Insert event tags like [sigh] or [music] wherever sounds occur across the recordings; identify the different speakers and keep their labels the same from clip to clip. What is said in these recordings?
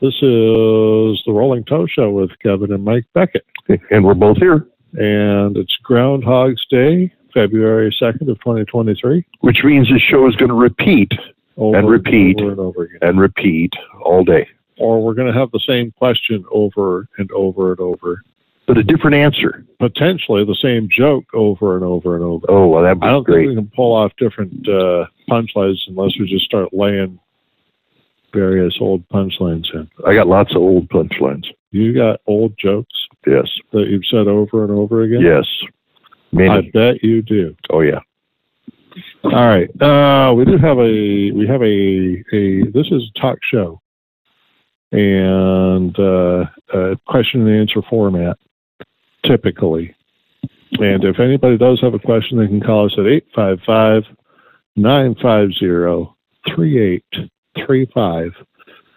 Speaker 1: This is the Rolling Toe Show with Kevin and Mike Beckett,
Speaker 2: And we're both here,
Speaker 1: and it's Groundhog's Day, February 2nd of 2023.
Speaker 2: which means this show is going to repeat
Speaker 1: Over
Speaker 2: repeat.
Speaker 1: Over and over again.
Speaker 2: and repeat all day,
Speaker 1: Or we're going to have the same question over and over and over.
Speaker 2: but a different answer.
Speaker 1: Potentially the same joke over and over and over.
Speaker 2: Oh, well, that'd
Speaker 1: I
Speaker 2: be
Speaker 1: don't
Speaker 2: great.
Speaker 1: think we can pull off different uh, punchlines unless we just start laying various old punchlines in.
Speaker 2: I got lots of old punchlines.
Speaker 1: You got old jokes
Speaker 2: Yes.
Speaker 1: that you've said over and over again?
Speaker 2: Yes.
Speaker 1: I
Speaker 2: Many.
Speaker 1: bet you do.
Speaker 2: oh, yeah.
Speaker 1: All right. Uh, we do have a we have a a this is a talk show, and uh, a question and answer format typically. And if anybody does have a question, they can call us at 855 950 3835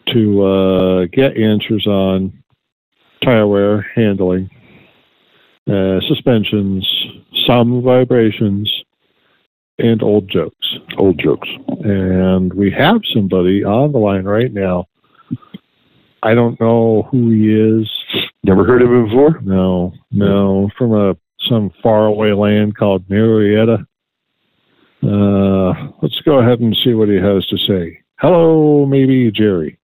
Speaker 1: to uh, get answers on tire wear handling, uh, suspensions, some vibrations, and old jokes.
Speaker 2: Old jokes.
Speaker 1: And we have somebody on the line right now. I don't know who he is.
Speaker 2: Never heard of him before?
Speaker 1: No, no, from a some faraway land called Marietta. Uh, let's go ahead and see what he has to say. Hello, maybe Jerry.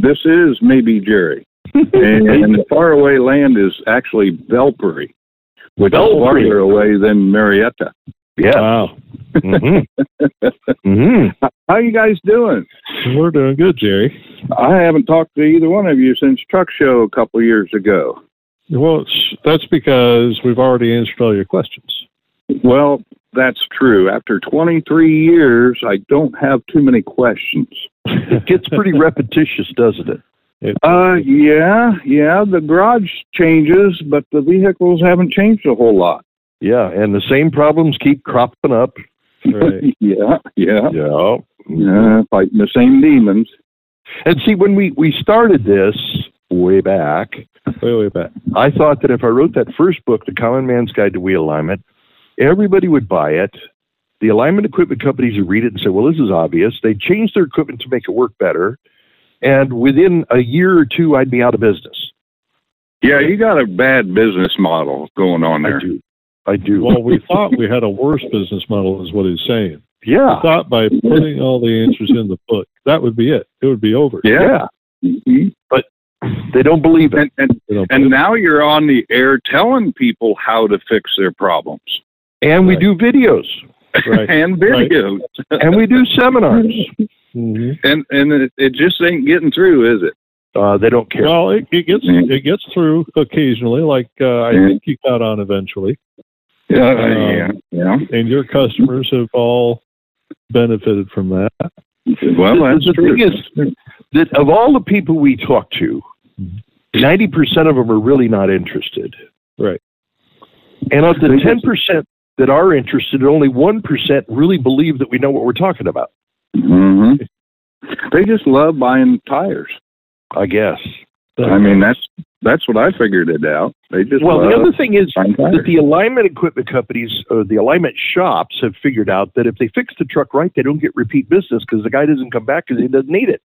Speaker 3: This is maybe Jerry.
Speaker 2: [laughs]
Speaker 3: And, and the faraway land is actually Belpre, which is
Speaker 2: Belpre.
Speaker 3: farther away than Marietta.
Speaker 2: Yeah.
Speaker 1: Wow,
Speaker 2: [laughs] Mm-hmm. mm-hmm.
Speaker 3: How you guys doing?
Speaker 1: we're doing good, Jerry.
Speaker 3: I haven't talked to either one of you since truck show a couple years ago.
Speaker 1: Well, it's, that's because we've already answered all your questions.
Speaker 3: Well, that's true. After 23 years, I don't have too many questions.
Speaker 2: It
Speaker 1: [laughs]
Speaker 2: gets pretty repetitious, doesn't it?
Speaker 3: Uh, yeah, yeah. The garage changes, but the vehicles haven't changed a whole lot. [laughs]
Speaker 2: Yeah. And the same problems keep cropping up.
Speaker 1: Right.
Speaker 3: yeah, yeah,
Speaker 2: Yeah.
Speaker 3: yeah. Fighting the same demons.
Speaker 2: And see, when we, we started this way back,
Speaker 1: Way, way back.
Speaker 2: I thought that if I wrote that first book, The Common Man's Guide to Wheel Alignment, everybody would buy it. The alignment equipment companies would read it and say, well, this is obvious. They change their equipment to make it work better. And within a year or two, I'd be out of business.
Speaker 3: Yeah, you got a bad business model going on
Speaker 2: I
Speaker 3: there.
Speaker 2: do. I do.
Speaker 1: Well, we thought we had a worse business model, is what he's saying.
Speaker 2: yeah.
Speaker 1: thought
Speaker 3: [laughs]
Speaker 1: by putting all the answers in the book, that would be it. It would be over.
Speaker 3: Yeah. Mhm.
Speaker 2: They don't believe it.
Speaker 3: And, and
Speaker 1: You know,
Speaker 3: and now you're on the air telling people how to fix their problems
Speaker 2: And we
Speaker 1: Right.
Speaker 2: do videos
Speaker 1: [laughs] right.
Speaker 3: [laughs] and
Speaker 1: Right.
Speaker 3: videos,
Speaker 2: and we do
Speaker 1: [laughs]
Speaker 2: seminars.
Speaker 1: Mhm.
Speaker 3: and and it, it just ain't getting through, is it?
Speaker 2: Uh, they don't care.
Speaker 1: Well, it, it gets
Speaker 3: Mhm.
Speaker 1: it gets through occasionally. Like uh, I
Speaker 3: Mhm.
Speaker 1: think you got on eventually,
Speaker 3: Yeah,
Speaker 1: Um,
Speaker 3: yeah,
Speaker 1: and your customers have all benefited from that.
Speaker 3: yeah. Well, that's
Speaker 2: the
Speaker 3: true.
Speaker 2: thing is- That of all the people we talk to, 90% of them are really not interested.
Speaker 1: Right.
Speaker 2: And of the 10% that are interested, only 1% really believe that we know what we're talking about,
Speaker 3: hmm They just love buying tires.
Speaker 2: I guess.
Speaker 3: I mean, that's that's what I figured it out. They just
Speaker 2: Well, the
Speaker 3: love
Speaker 2: other thing is
Speaker 3: buying
Speaker 2: that
Speaker 3: tires.
Speaker 2: the alignment equipment companies or the alignment shops have figured out that if they fix the truck right, they don't get repeat business because the guy doesn't come back because he doesn't need it.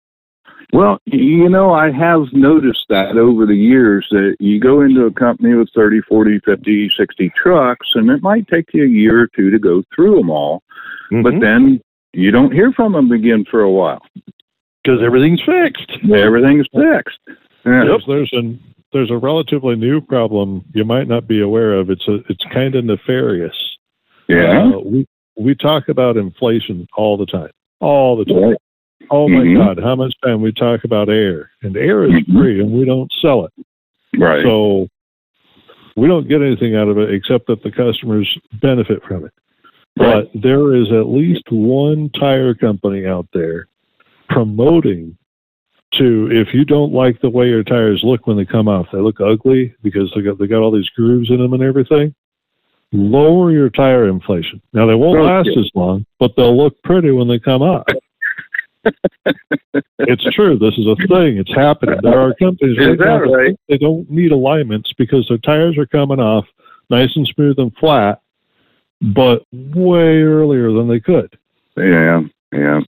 Speaker 3: Well, you know, I have noticed that over the years that you go into a company with 30, 40, 50, 60 trucks, and it might take you a year or two to go through them all,
Speaker 2: Mm-hmm.
Speaker 3: but then you don't hear from them again for a while.
Speaker 2: Because everything's fixed.
Speaker 3: Everything's fixed. Yeah.
Speaker 1: there's, there's an there's a relatively new problem you might not be aware of. It's a, it's kind of nefarious.
Speaker 3: Yeah.
Speaker 1: Uh, we we talk about inflation all the time, all the time.
Speaker 3: Right.
Speaker 1: Oh
Speaker 3: Mhm.
Speaker 1: my God, how much time we talk about air, and air is
Speaker 3: Mhm.
Speaker 1: free, and we don't sell it,
Speaker 3: Right.
Speaker 1: so we don't get anything out of it except that the customers benefit from it.
Speaker 3: Right.
Speaker 1: But there is at least one tire company out there promoting to if you don't like the way your tires look when they come off, they look ugly because they got they got all these grooves in them and everything. Lower your tire inflation. Now they won't
Speaker 3: Okay.
Speaker 1: last as long, but they'll look pretty when they come
Speaker 3: [laughs]
Speaker 1: off. it's true. This is a thing. It's happening. There are companies
Speaker 3: Is
Speaker 1: right now
Speaker 3: that
Speaker 1: that
Speaker 3: right?
Speaker 1: they don't need alignments because their tires are coming off nice and smooth and flat, but way
Speaker 2: [laughs]
Speaker 1: earlier than they could. Hmm.
Speaker 3: Yeah. Yeah.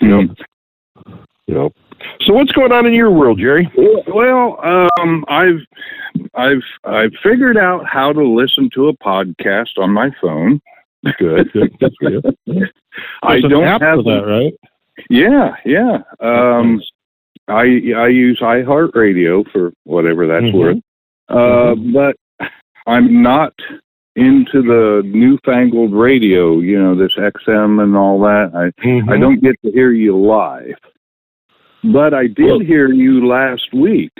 Speaker 2: You know, So what's going on in your world, Jerry?
Speaker 3: Well, um, I've I've I've figured out how to listen to a podcast on my phone.
Speaker 2: [laughs] Good.
Speaker 1: Good, good for you.
Speaker 3: I
Speaker 1: There's an
Speaker 3: don't
Speaker 1: app for
Speaker 3: have
Speaker 1: that, right?
Speaker 3: Yeah, yeah. Um, I I use iHeartRadio for whatever that's
Speaker 1: Mhm.
Speaker 3: worth. Uh,
Speaker 1: Mm-hmm.
Speaker 3: but I'm not into the newfangled radio, you know, this XM and all that. I I don't get to hear you live. But I did
Speaker 1: Well-
Speaker 3: hear you last week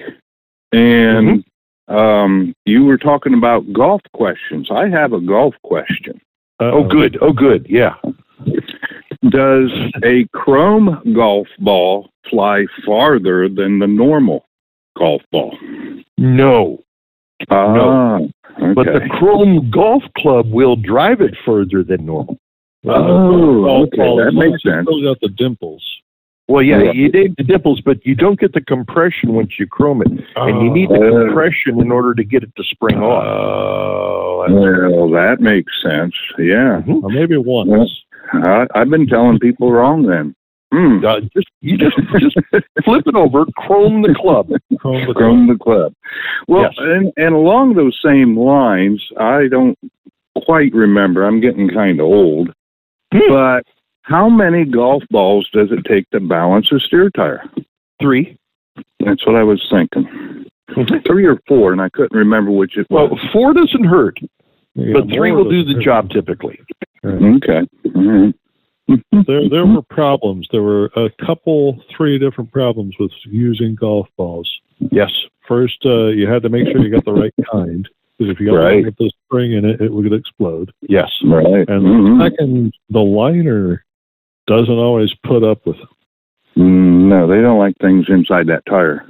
Speaker 3: and
Speaker 2: Mm-hmm.
Speaker 3: um you were talking about golf questions. I have a golf question.
Speaker 1: Uh-oh.
Speaker 2: Oh, good. Oh, good. Yeah.
Speaker 3: Does a chrome golf ball fly farther than the normal golf ball?
Speaker 2: No.
Speaker 3: Ah, okay.
Speaker 2: But the Chrome Golf Club will drive it further than normal. Uh,
Speaker 3: Oh,
Speaker 1: Well,
Speaker 3: okay,
Speaker 1: well,
Speaker 3: that
Speaker 1: as long
Speaker 3: makes
Speaker 1: as you
Speaker 3: sense.
Speaker 1: Still got the dimples,
Speaker 2: Well, yeah,
Speaker 3: Yeah.
Speaker 2: you need the dimples, but you don't get the compression once you chrome it, and you need the
Speaker 3: Oh.
Speaker 2: compression in order to get it to spring off.
Speaker 1: Oh,
Speaker 3: well, that makes sense. Yeah.
Speaker 2: Mm-hmm.
Speaker 1: or maybe once.
Speaker 3: Well, I, I've been telling people wrong then. Hmm.
Speaker 2: Uh, just you just just flip it over, chrome the club.
Speaker 1: Chrome the-
Speaker 3: Chrome the club. Well,
Speaker 2: Yes.
Speaker 3: and, and along those same lines, I don't quite remember. I'm getting kind of old. But how many golf balls does it take to balance a steer tire?
Speaker 2: Three.
Speaker 3: That's what I was thinking. Three or four, and I couldn't remember which it
Speaker 2: Well,
Speaker 3: was.
Speaker 2: four doesn't hurt,
Speaker 1: Yeah,
Speaker 2: but three
Speaker 1: more
Speaker 2: will
Speaker 1: of
Speaker 2: do
Speaker 1: those.
Speaker 2: the job typically. Oh.
Speaker 3: okay. Mm-hmm. All right.
Speaker 1: There, there were problems. There were a couple, three different problems with using golf balls.
Speaker 2: Yes.
Speaker 1: First, uh, you had to make sure you got the right kind because if you got
Speaker 2: Right.
Speaker 1: one with the spring in it, it would explode.
Speaker 2: Yes.
Speaker 3: Right.
Speaker 1: And
Speaker 2: Hmm.
Speaker 3: Mhm.
Speaker 1: second, the liner doesn't always put up with it.
Speaker 3: Mm, no, they don't like things inside that tire.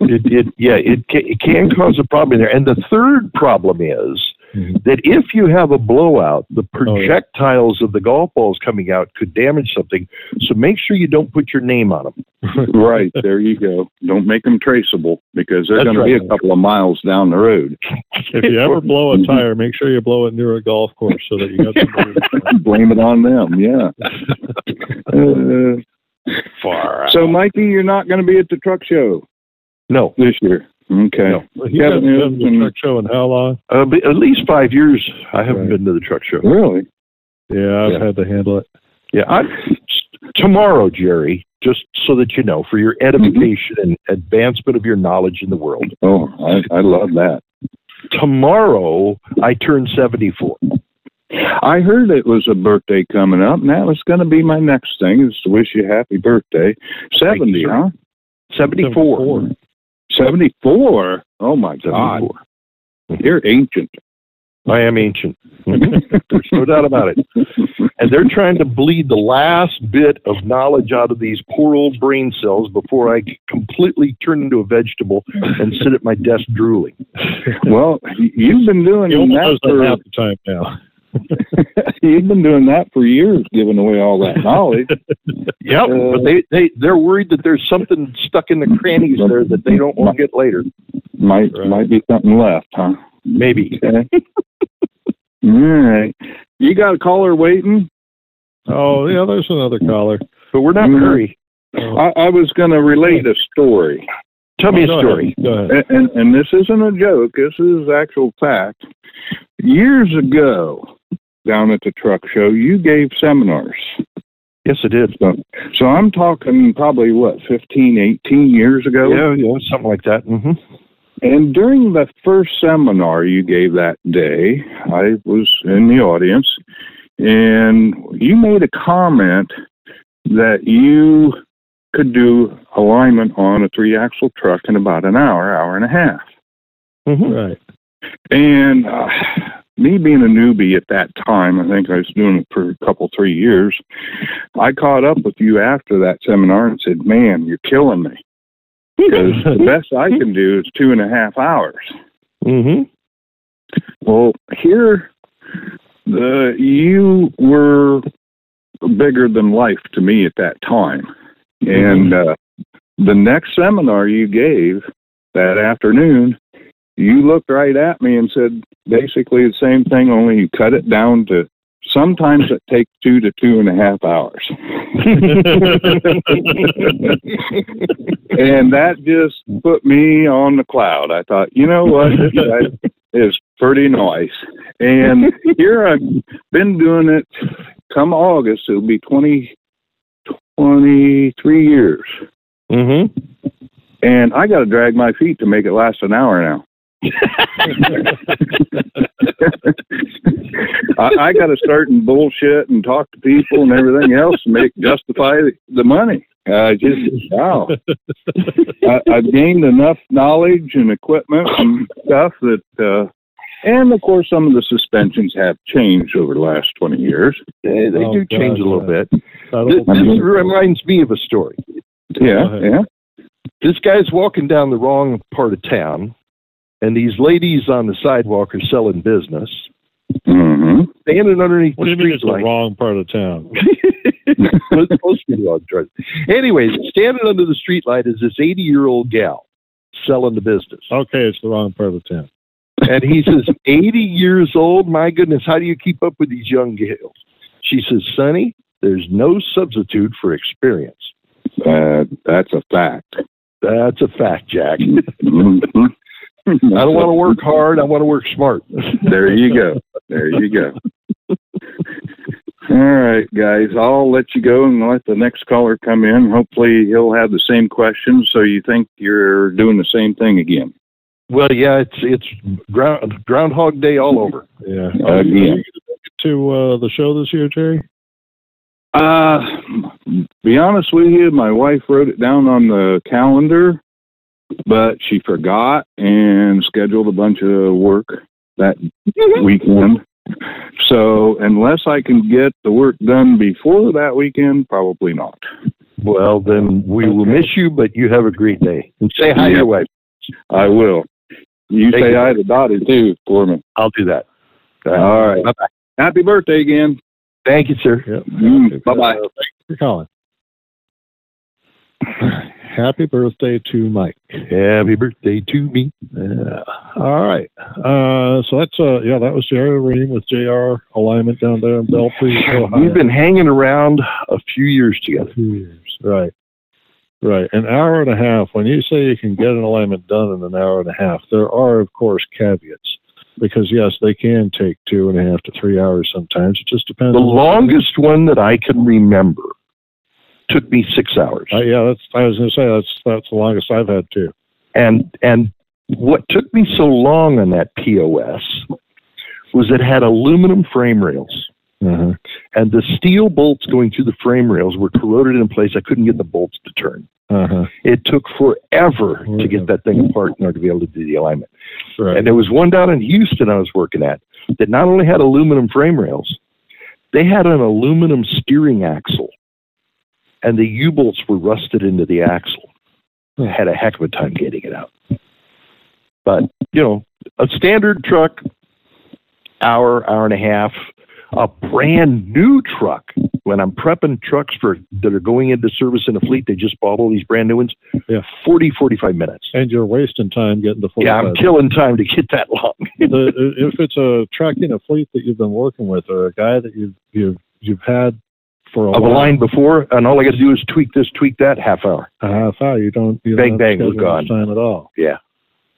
Speaker 2: It, it yeah, it can, it can cause a problem there. And the third problem is
Speaker 1: Mhm.
Speaker 2: that if you have a blowout, the
Speaker 1: Oh, yeah.
Speaker 2: projectiles of the golf balls coming out could damage something. So make sure you don't put your name on them. [laughs]
Speaker 3: right. There you go. Don't make them traceable because they're
Speaker 2: That's
Speaker 3: going to
Speaker 2: right.
Speaker 3: be a couple of miles down the road.
Speaker 1: If
Speaker 2: [laughs]
Speaker 1: you ever blow a tire, make sure you blow it near a golf course so that you got somebody.
Speaker 2: [laughs]
Speaker 1: to-
Speaker 3: Blame it on them. Yeah. Uh,
Speaker 2: Far
Speaker 3: so, Mikey, you're not going to be at the truck show
Speaker 2: no,
Speaker 3: this year. Okay.
Speaker 2: No.
Speaker 1: Well, He
Speaker 3: Yeah,
Speaker 1: hasn't
Speaker 3: yeah,
Speaker 1: been to the
Speaker 3: and-
Speaker 1: truck show in how long?
Speaker 2: uh, but at least five years. I haven't
Speaker 1: Right.
Speaker 2: been to the truck show.
Speaker 3: Really?
Speaker 1: Yeah, I've
Speaker 2: Yeah.
Speaker 1: had to handle it.
Speaker 2: Yeah, I, tomorrow, Jerry. Just so that you know, for your
Speaker 1: Mm-hmm.
Speaker 2: edification and advancement of your knowledge in the world.
Speaker 3: Oh, I, I love that.
Speaker 2: Tomorrow, I turn seventy-four.
Speaker 3: I heard it was a birthday coming up, and that was going to be my next thing is to wish you happy birthday. 70,
Speaker 2: sir.
Speaker 3: huh?
Speaker 2: Seventy-four.
Speaker 1: [laughs]
Speaker 3: 74? Oh, my God.
Speaker 2: 74.
Speaker 3: You're ancient. [laughs]
Speaker 2: I am ancient. There's no doubt about it. And they're trying to bleed the last bit of knowledge out of these poor old brain cells before I completely turn into a vegetable and sit at my desk drooling.
Speaker 3: Well, y- you've been doing
Speaker 1: He almost
Speaker 3: that
Speaker 1: does
Speaker 3: for
Speaker 1: that half the time now.
Speaker 3: [laughs] you've been doing that for years, giving away all that knowledge.
Speaker 2: Yep. Uh, But they, they, they're worried that there's something stuck in the crannies there that they don't want to get later.
Speaker 3: might
Speaker 1: Right.
Speaker 3: might be something left, huh?
Speaker 2: Maybe.
Speaker 3: Okay. all right. You got a caller waiting?
Speaker 1: Oh, yeah, there's another
Speaker 2: Hmm.
Speaker 1: caller.
Speaker 2: But we're not in a hurry.
Speaker 1: Oh.
Speaker 3: I, I was going to relate a story,
Speaker 2: Tell me a
Speaker 1: Go ahead.
Speaker 2: story.
Speaker 1: Go ahead.
Speaker 3: and, and and this isn't a joke. This is actual fact. Years ago, down at the truck show, you gave seminars.
Speaker 2: Yes, it is.
Speaker 3: So, so I'm talking probably what 15, 18 years ago.
Speaker 2: Yeah, Oh, yeah, something like that. hmm
Speaker 3: And during the first seminar you gave that day, I was in the audience, and you made a comment that you could do alignment on a three axle truck in about an hour, hour and a half.
Speaker 2: hmm [laughs]
Speaker 1: Right.
Speaker 3: And uh, me being a newbie at that time, I think I was doing it for a couple, three years. I caught up with you after that seminar and said, Man, you're killing me. Because the
Speaker 2: Mm-hmm.
Speaker 3: best I can do is two and a half hours.
Speaker 1: [laughs]
Speaker 2: hmm
Speaker 3: Well, here, the, you were bigger than life to me at that time. And uh, the next seminar you gave that afternoon, you looked right at me and said basically the same thing, only you cut it down to Sometimes it takes two to two and a half hours. and that just put me on the cloud. I thought, you know what? That is pretty nice. And here I've been doing it come August, it'll be 20, 23 years.
Speaker 2: mm-hmm.
Speaker 3: And I got to drag my feet to make it last an hour now. [laughs] I, I got to start and bullshit and talk to people and everything else to make justify the money. I just wow, I, I've gained enough knowledge and equipment and stuff that, uh, and of course, some of the suspensions have changed over the last twenty years.
Speaker 2: They, they
Speaker 1: Oh,
Speaker 2: do change
Speaker 1: God,
Speaker 2: a little
Speaker 1: yeah.
Speaker 2: bit. This, this reminds me of a story.
Speaker 1: Go
Speaker 3: Yeah,
Speaker 1: ahead.
Speaker 3: yeah.
Speaker 2: This guy's walking down the wrong part of town, and these ladies on the sidewalk are selling business,
Speaker 3: hmm
Speaker 2: standing underneath
Speaker 1: What do
Speaker 2: the
Speaker 1: you mean
Speaker 2: street
Speaker 1: it's the
Speaker 2: light.
Speaker 1: wrong part of town?
Speaker 2: [laughs] Well, it's supposed to be on drugs. Anyways, standing under the street light is this 80 year old gal selling the business.
Speaker 1: Okay, it's the wrong part of town.
Speaker 2: And he says, 80 years old? My goodness, how do you keep up with these young gals? She says, Sonny, there's no substitute for experience.
Speaker 3: [laughs] Uh, that's a fact.
Speaker 2: That's a fact, Jack.
Speaker 3: Mhm.
Speaker 2: I don't want to work hard. I want to work smart. [laughs]
Speaker 3: There you go. There you go. [laughs] All right, guys. I'll let you go and let the next caller come in. Hopefully, he'll have the same question, so you think you're doing the same thing again.
Speaker 2: Well, yeah, it's it's ground, Groundhog Day all over.
Speaker 1: Yeah.
Speaker 3: Uh,
Speaker 1: Are you, are you
Speaker 3: yeah.
Speaker 1: gonna make it to uh, the show this year, Terry?
Speaker 3: Uh, be honest with you, my wife wrote it down on the calendar, but she forgot and scheduled a bunch of work that Mm-hmm. weekend. So, unless I can get the work done before that weekend, probably not.
Speaker 2: Well, then we will miss you, but you have a great day. And say hi to your wife.
Speaker 3: I will. You
Speaker 2: Thank
Speaker 3: say
Speaker 2: you.
Speaker 3: hi to Dottie too for me.
Speaker 2: I'll do that.
Speaker 3: All right.
Speaker 2: Bye-bye.
Speaker 3: Happy birthday again.
Speaker 2: Thank you, sir.
Speaker 1: Yep.
Speaker 2: Mm-hmm.
Speaker 3: Mm, bye-bye.
Speaker 1: Uh, thank you for calling. Happy birthday to Mike.
Speaker 2: Happy birthday to me.
Speaker 1: Yeah. All right. Uh, so that's uh, yeah, that was Jerry Ream with JR Alignment down there in
Speaker 2: [laughs]
Speaker 1: Belfry, Ohio.
Speaker 2: We've been hanging around a few years together.
Speaker 1: Two years. Right. Right. An hour and a half. When you say you can get an alignment done in an hour and a half, there are, of course, caveats. Because, yes, they can take two and a half to three hours sometimes. It just depends.
Speaker 2: The
Speaker 1: on-
Speaker 2: longest one that I can remember took me six hours.
Speaker 1: Uh, yeah, that's. I was going to say that's that's the longest I've had too.
Speaker 2: And and what took me so long on that POS was it had aluminum frame rails.
Speaker 1: Uh-huh.
Speaker 2: Mm-hmm. And the steel bolts going through the frame rails were corroded in place. I couldn't get the bolts to turn.
Speaker 1: Uh-huh.
Speaker 2: It took forever to
Speaker 1: Forever.
Speaker 2: get that thing apart in order to be able to do the alignment.
Speaker 1: Right.
Speaker 2: And there was one down in Houston I was working at that not only had aluminum frame rails, they had an aluminum steering axle. And the U bolts were rusted into the axle. I had a heck of a time getting it out. But, you know, a standard truck, hour, hour and a half. A brand new truck. When I'm prepping trucks for that are going into service in the fleet, they just bought all these brand new ones.
Speaker 1: Yeah.
Speaker 2: 40, 45 minutes.
Speaker 1: and you're wasting time getting to 45.
Speaker 2: Yeah, I'm killing time to get that long. [laughs]
Speaker 1: the, if it's a tracking a fleet that you've been working with or a guy that you've you've you've had for a,
Speaker 2: of a
Speaker 1: while,
Speaker 2: line before, and all I got to do is tweak this, tweak that, half hour.
Speaker 1: a half hour, you don't you
Speaker 2: Bang,
Speaker 1: don't
Speaker 2: bang,
Speaker 1: schedule
Speaker 2: we're gone.
Speaker 1: much time at all.
Speaker 2: Yeah.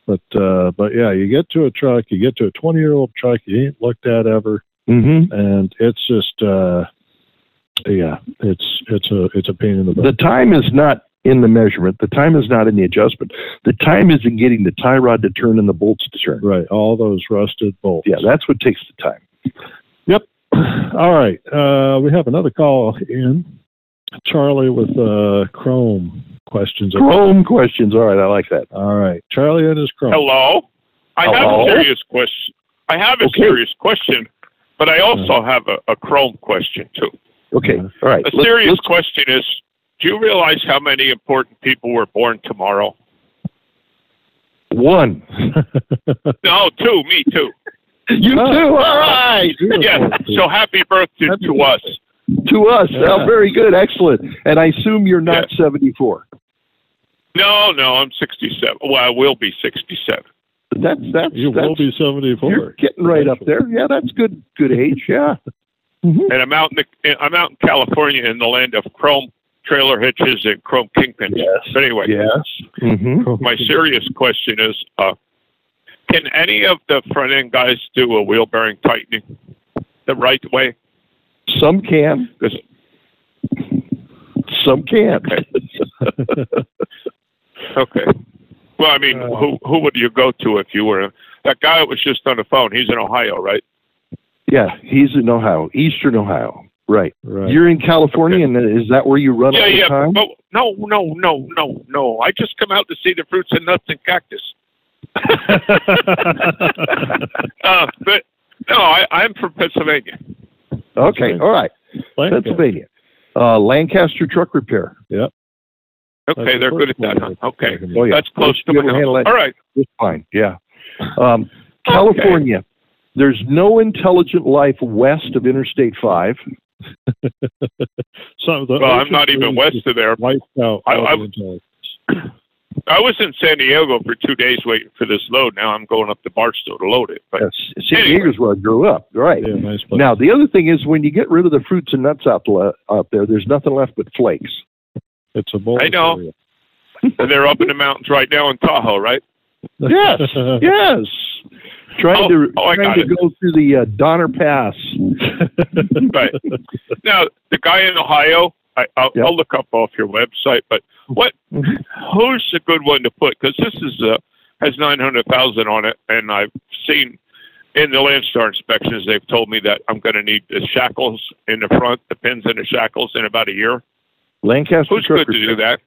Speaker 1: But uh, but yeah, you get to a truck, you get to a 20 year old truck you ain't looked at ever,
Speaker 2: Mm-hmm.
Speaker 1: and it's just uh, yeah, it's it's a it's a pain in the butt.
Speaker 2: The time is not in the measurement. The time is not in the adjustment. The time is in getting the tie rod to turn and the bolts to turn.
Speaker 1: right, all those rusted bolts.
Speaker 2: Yeah, that's what takes the time.
Speaker 1: All right. Uh, we have another call in. Charlie with uh, Chrome questions.
Speaker 2: Chrome questions. All right, I like that.
Speaker 1: All right. Charlie and his Chrome.
Speaker 4: Hello. I
Speaker 2: Hello?
Speaker 4: have a serious question. I have a
Speaker 2: Okay.
Speaker 4: serious question, but I also have a, a Chrome question too.
Speaker 2: Okay,
Speaker 1: Mhm.
Speaker 2: all right.
Speaker 4: A
Speaker 2: Let's-
Speaker 4: serious
Speaker 2: let's-
Speaker 4: question is: Do you realize how many important people were born tomorrow?
Speaker 2: one.
Speaker 4: No, two. Me too.
Speaker 2: [laughs] You
Speaker 1: Oh.
Speaker 2: too. All right.
Speaker 4: Yeah. So happy birthday
Speaker 2: Happy
Speaker 4: to us.
Speaker 2: To us.
Speaker 1: Yeah.
Speaker 2: Oh, very good. Excellent. And I assume you're not 74.
Speaker 4: No, no, I'm 67. Well, I will be 67.
Speaker 2: That's that's
Speaker 1: [laughs] you
Speaker 2: that's
Speaker 1: will be
Speaker 2: you're
Speaker 1: 74.
Speaker 2: [laughs] getting right up there. Yeah, that's good good age. Yeah. Mhm.
Speaker 4: and I'm out in the I'm out in California in the land of chrome trailer hitches and chrome kingpins.
Speaker 1: Yes.
Speaker 4: But anyway,
Speaker 1: Yes.
Speaker 2: Mhm. [laughs]
Speaker 4: my serious question is, uh, can any of the front end guys do a wheel bearing tightening the right way?
Speaker 2: Some can,
Speaker 4: 'Cause-
Speaker 2: some can't.
Speaker 4: Okay. Okay. Well, I mean,
Speaker 1: Uh,
Speaker 4: who who would you go to if you were that guy that was just on the phone? He's in Ohio, right?
Speaker 2: Yeah, he's in Ohio, Eastern Ohio. Right.
Speaker 1: right. [laughs]
Speaker 2: You're in California, and is that where you run
Speaker 4: yeah,
Speaker 2: all the
Speaker 4: yeah.
Speaker 2: time?
Speaker 4: But no, no, no, no, no. I just come out to see the fruits and nuts and cactus.
Speaker 2: [laughs]
Speaker 4: uh, but no, I, I'm from Pennsylvania.
Speaker 2: Okay, all right, Pennsylvania, uh, Lancaster Truck Repair.
Speaker 4: Okay, they're good at that. Huh? Okay,
Speaker 2: Oh yeah,
Speaker 4: that's close to
Speaker 2: You
Speaker 4: my
Speaker 2: ever
Speaker 4: house.
Speaker 2: handle that?
Speaker 4: All right.
Speaker 2: It's fine. Yeah, um, California. There's no intelligent life west of Interstate Five.
Speaker 1: [laughs] Some, the
Speaker 4: Well, I'm
Speaker 1: ocean
Speaker 4: not even
Speaker 1: breeze
Speaker 4: west
Speaker 1: just
Speaker 4: of there.
Speaker 1: Wiped out.
Speaker 4: I-
Speaker 1: all the
Speaker 4: I-
Speaker 1: intelligence.
Speaker 4: I was in San Diego for two days waiting for this load. Now I'm going up to Barstow to load it.
Speaker 2: [laughs]
Speaker 4: But
Speaker 2: That's San Diego's where I grew up. Right.
Speaker 1: Yeah, nice place.
Speaker 2: Now the other thing is when you get rid of the fruits and nuts out le- out there, there's nothing left but flakes.
Speaker 1: it's a bowl.
Speaker 4: I know. they're up in the mountains right now in Tahoe, right?
Speaker 2: Yes,
Speaker 4: [laughs]
Speaker 1: [laughs]
Speaker 2: yes. Trying
Speaker 4: Oh,
Speaker 2: to
Speaker 4: oh, I
Speaker 2: trying
Speaker 4: got
Speaker 2: to
Speaker 4: it.
Speaker 2: go through the uh, Donner Pass.
Speaker 4: Right. Now the guy in Ohio, I, I'll,
Speaker 2: Yeah.
Speaker 4: I'll look up off your website. But what?
Speaker 2: Mhm.
Speaker 4: Who's a good one to put? Because this is uh, has nine hundred thousand on it, and I've seen in the Landstar inspections they've told me that I'm going to need the shackles in the front, the pins and the shackles in about a year.
Speaker 2: Lancaster
Speaker 4: Who's good
Speaker 2: Trucker.
Speaker 4: to do that?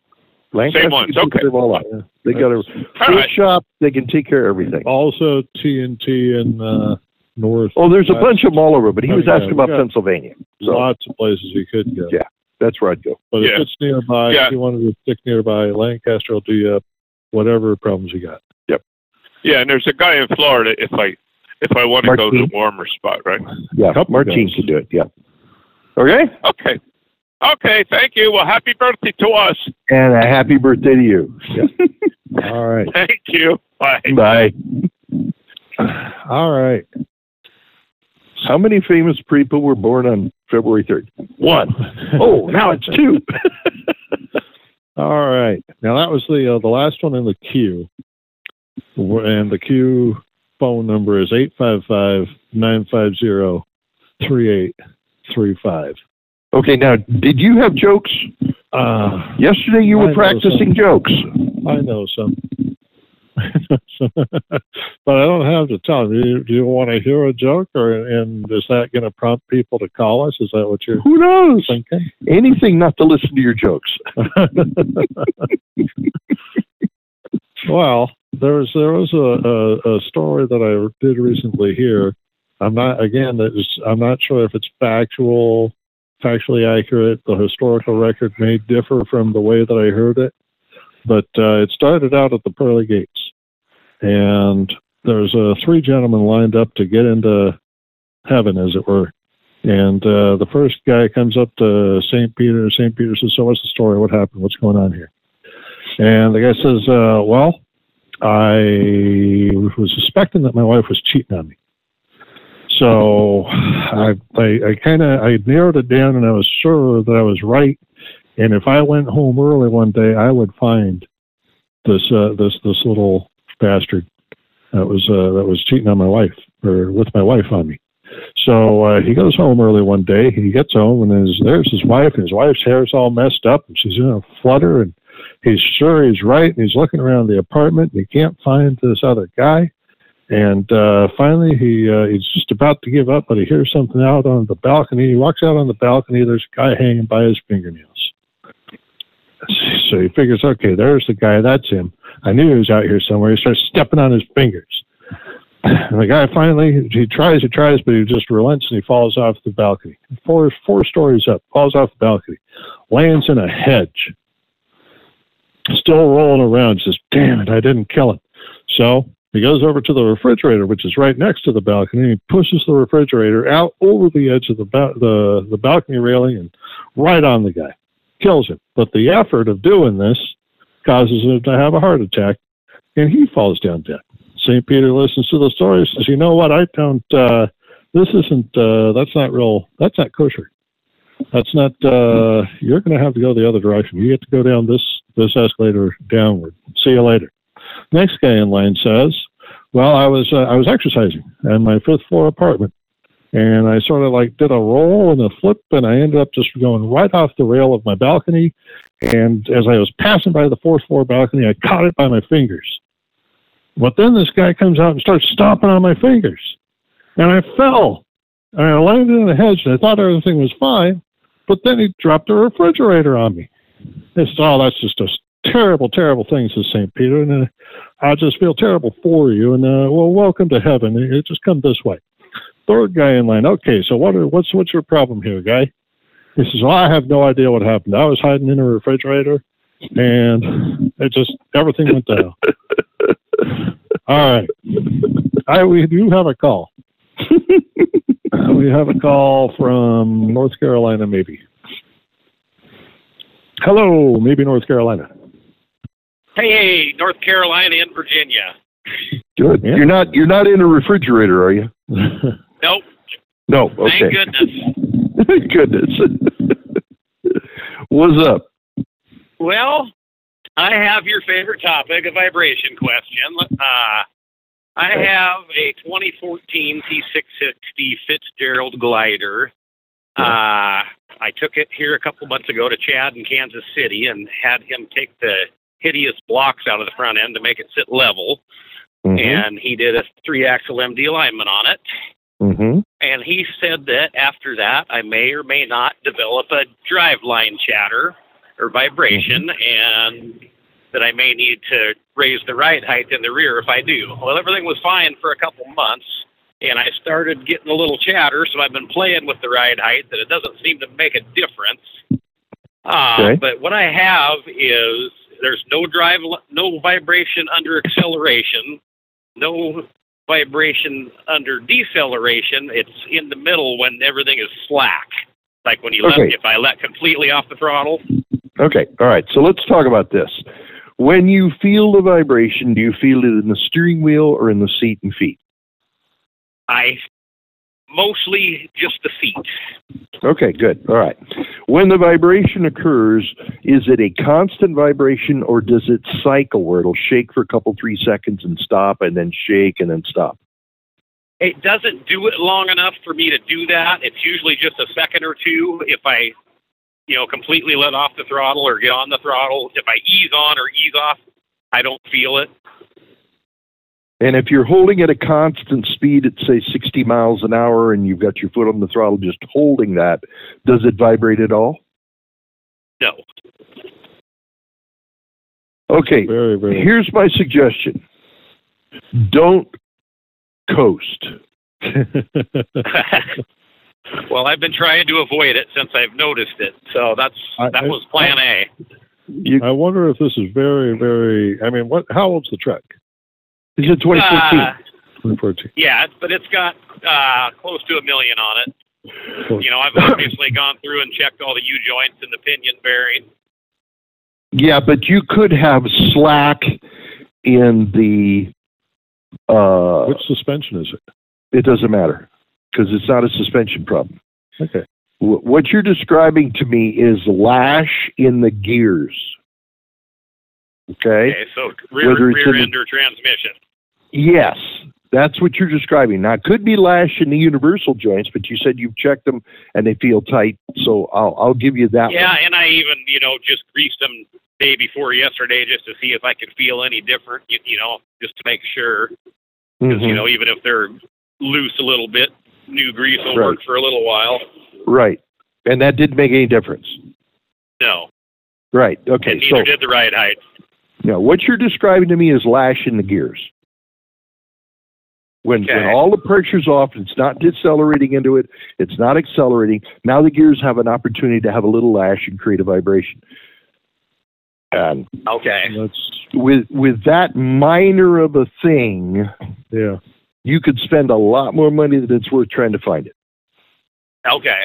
Speaker 2: Lancaster
Speaker 4: Same ones,
Speaker 2: Trucker,
Speaker 4: okay.
Speaker 2: they've all up. They got a
Speaker 4: All
Speaker 2: fruit
Speaker 4: right.
Speaker 2: shop. They can take care of
Speaker 1: Oh,
Speaker 2: everything.
Speaker 1: also TNT and uh, North.
Speaker 2: Oh, there's a
Speaker 1: That's-
Speaker 2: bunch of them all over, but he
Speaker 1: Oh,
Speaker 2: was
Speaker 1: yeah,
Speaker 2: asking
Speaker 1: we
Speaker 2: about
Speaker 1: got-
Speaker 2: Pennsylvania. So
Speaker 1: Lots of places you could go.
Speaker 2: Yeah. that's where I'd go.
Speaker 1: But
Speaker 4: Yeah.
Speaker 1: if it's nearby,
Speaker 4: Yeah.
Speaker 1: if you wanted to stick nearby, Lancaster will do you up whatever problems you got.
Speaker 4: Yeah, and there's a guy in Florida. If I if I want to go to the
Speaker 2: Martine.
Speaker 4: warmer spot, right?
Speaker 2: Yeah,
Speaker 1: Couple
Speaker 2: Martine
Speaker 1: guys.
Speaker 2: can do it. Yeah. Okay.
Speaker 4: Okay. Okay, thank you. Well, happy birthday to us.
Speaker 2: And a happy birthday to you.
Speaker 1: [laughs] All right.
Speaker 4: Thank you. Bye.
Speaker 2: Bye.
Speaker 1: All [laughs] right.
Speaker 2: How many famous people were born on
Speaker 1: [laughs]
Speaker 2: February 3rd? One. Oh, now it's two. [laughs]
Speaker 1: All right. Now that was the uh, the last one in the queue, and the queue phone number is 855-950-3835.
Speaker 2: Okay, now, did you have jokes?
Speaker 1: Uh, I
Speaker 2: Yesterday you
Speaker 1: I
Speaker 2: were
Speaker 1: know
Speaker 2: practicing
Speaker 1: some.
Speaker 2: jokes.
Speaker 1: know some, [laughs] but I don't have to tell. Do you, do you want to hear a joke, or and is that going to prompt people to call us? Is that what you're
Speaker 2: Who knows?
Speaker 1: thinking?
Speaker 2: Anything not to listen to your jokes.
Speaker 1: [laughs] well, there was there was a, a, a story that I did recently here. I'm not again. That is, I'm not sure if it's factual, factually accurate. The historical record may differ from the way that I heard it, but uh, it started out at the pearly gates, and there's uh, three gentlemen lined up to get into heaven, as it were. And uh, the first guy comes up to St. Peter. and St. Peter says, So, what's the story? What happened? What's going on here? And the guy says, uh, Well, I was suspecting that my wife was cheating on me. So I, I, I kind of I narrowed it down and I was sure that I was right. And if I went home early one day, I would find this uh, this this little bastard that was uh, that was cheating on my wife or with my wife on me. So uh, he goes home early one day. He gets home and is, there's his wife, and his wife's hair's all messed up, and she's in a flutter. And he's sure he's right, and he's looking around the apartment, and he can't find this other guy. And uh, finally, he uh, he's just about to give up, but he hears something out on the balcony. He walks out on the balcony. There's a guy hanging by his fingernails. So he figures, okay, there's the guy. That's him. I knew he was out here somewhere. He starts stepping on his fingers. And the guy finally, he tries, he tries, but he just relents and he falls off the balcony. Four, four stories up, falls off the balcony, lands in a hedge, still rolling around, says, Damn it, I didn't kill him. So he goes over to the refrigerator, which is right next to the balcony, and he pushes the refrigerator out over the edge of the, ba- the, the balcony railing and right on the guy. Kills him. But the effort of doing this causes him to have a heart attack, and he falls down dead. St. Peter listens to the story and says, You know what? I don't, uh, this isn't uh, that's not real that's not kosher that's not uh, you're going to have to go the other direction you have to go down this this escalator downward see you later next guy in line says well i was uh, i was exercising in my fifth floor apartment and i sort of like did a roll and a flip and i ended up just going right off the rail of my balcony and as i was passing by the fourth floor balcony i caught it by my fingers but then this guy comes out and starts stomping on my fingers and I fell. And I landed in a hedge, and I thought everything was fine. But then he dropped a refrigerator on me. It's oh, that's just a terrible, terrible thing, says St. Peter. And uh, I just feel terrible for you. And uh, well, welcome to heaven. It, it just come this way. Third guy in line. Okay, so what? Are, what's what's your problem here, guy? He says, well, I have no idea what happened. I was hiding in a refrigerator, and it just everything went down. All right, I we do have a [laughs] call. Uh, we have a call from North Carolina, maybe. Hello, maybe North Carolina. [laughs]
Speaker 5: Hey, North Carolina and Virginia.
Speaker 2: Good.
Speaker 1: Yeah.
Speaker 2: You're not you're not in a refrigerator, are you?
Speaker 5: Nope.
Speaker 2: No. Okay.
Speaker 5: Thank goodness.
Speaker 2: [laughs] Thank goodness. What's up?
Speaker 5: Well, I have your favorite topic, a vibration question. Uh, I have a 2014 T660 Fitzgerald glider. Uh, I took it here a couple months ago to Chad in Kansas City and had him take the hideous blocks out of the front end to make it sit level.
Speaker 2: Mhm.
Speaker 5: And he did a three axle MD alignment on it.
Speaker 2: Mhm.
Speaker 5: And he said that after that, I may or may not develop a driveline chatter or vibration, and that I may need to raise the ride height in the rear if I do. Well, everything was fine for a couple months, and I started getting a little chatter, so I've been playing with the ride height that it doesn't seem to make a difference. Uh,
Speaker 2: Okay.
Speaker 5: But what I have is there's no drive, no vibration under acceleration, no vibration under deceleration. It's in the middle when everything is slack. Like when you
Speaker 2: Okay.
Speaker 5: let, if I let completely off the throttle.
Speaker 2: Okay. All right. So let's talk about this. When you feel the vibration, do you feel it in the steering wheel or in the seat and feet?
Speaker 5: I mostly just the feet.
Speaker 2: Okay, good. All right. When the vibration occurs, is it a constant vibration or does it cycle where it'll shake for a couple, three seconds and stop and then shake and then stop?
Speaker 5: It doesn't do it long enough for me to do that. It's usually just a second or two if I, you know, completely let off the throttle or get on the throttle. If I ease on or ease off, I don't feel it.
Speaker 2: And if you're holding at a constant speed at, say, 60 miles an hour and you've got your foot on the throttle just holding that, does it vibrate at all?
Speaker 5: No. [laughs]
Speaker 2: Okay,
Speaker 1: Very, [laughs] very.
Speaker 2: here's my suggestion don't coast.
Speaker 5: well, I've been trying to avoid it since I've noticed it. So that's
Speaker 1: I-
Speaker 5: that
Speaker 1: I-
Speaker 5: was plan A.
Speaker 2: You,
Speaker 1: I wonder if this is very, very. I mean, what? How old's the truck?
Speaker 2: it's in 2015.
Speaker 5: Uh,
Speaker 1: 2014.
Speaker 5: yeah, but it's got uh, close to a million on it. You
Speaker 2: [laughs]
Speaker 5: know, I've obviously gone through and checked all the U joints and the pinion bearing.
Speaker 2: Yeah, but you could have slack in the. Uh,
Speaker 1: Which suspension is it?
Speaker 2: it doesn't matter because it's not a suspension problem.
Speaker 1: Okay.
Speaker 2: Wh- what you're describing to me is lash in the gears. Okay.
Speaker 5: Okay, so rear,
Speaker 2: Whether it's in
Speaker 5: rear
Speaker 2: the-
Speaker 5: end or transmission.
Speaker 2: Yes, that's what you're describing. Now, it could be lash in the universal joints, but you said you've checked them and they feel tight, so I'll I'll give you that.
Speaker 5: Yeah, and I even you know just greased them day before yesterday just to see if I could feel any different. You, you know, just to make sure.
Speaker 2: one.
Speaker 5: 'Cause,
Speaker 2: Mhm.
Speaker 5: you know even if they're loose a little bit new grease will work for a little while
Speaker 2: Right, and that didn't make any difference.
Speaker 5: no
Speaker 2: Right. Okay.
Speaker 5: and neither
Speaker 2: So
Speaker 5: did the ride height
Speaker 2: Now, what you're describing to me is lash in the gears. When, when
Speaker 5: Okay.
Speaker 2: all the pressure's off, it's not decelerating into it, it's not accelerating. Now the gears have an opportunity to have a little lash and create a vibration. And
Speaker 5: okay
Speaker 1: That's
Speaker 2: with with that minor of a thing,
Speaker 1: yeah.
Speaker 2: you could spend a lot more money than it's worth trying to find it.
Speaker 5: okay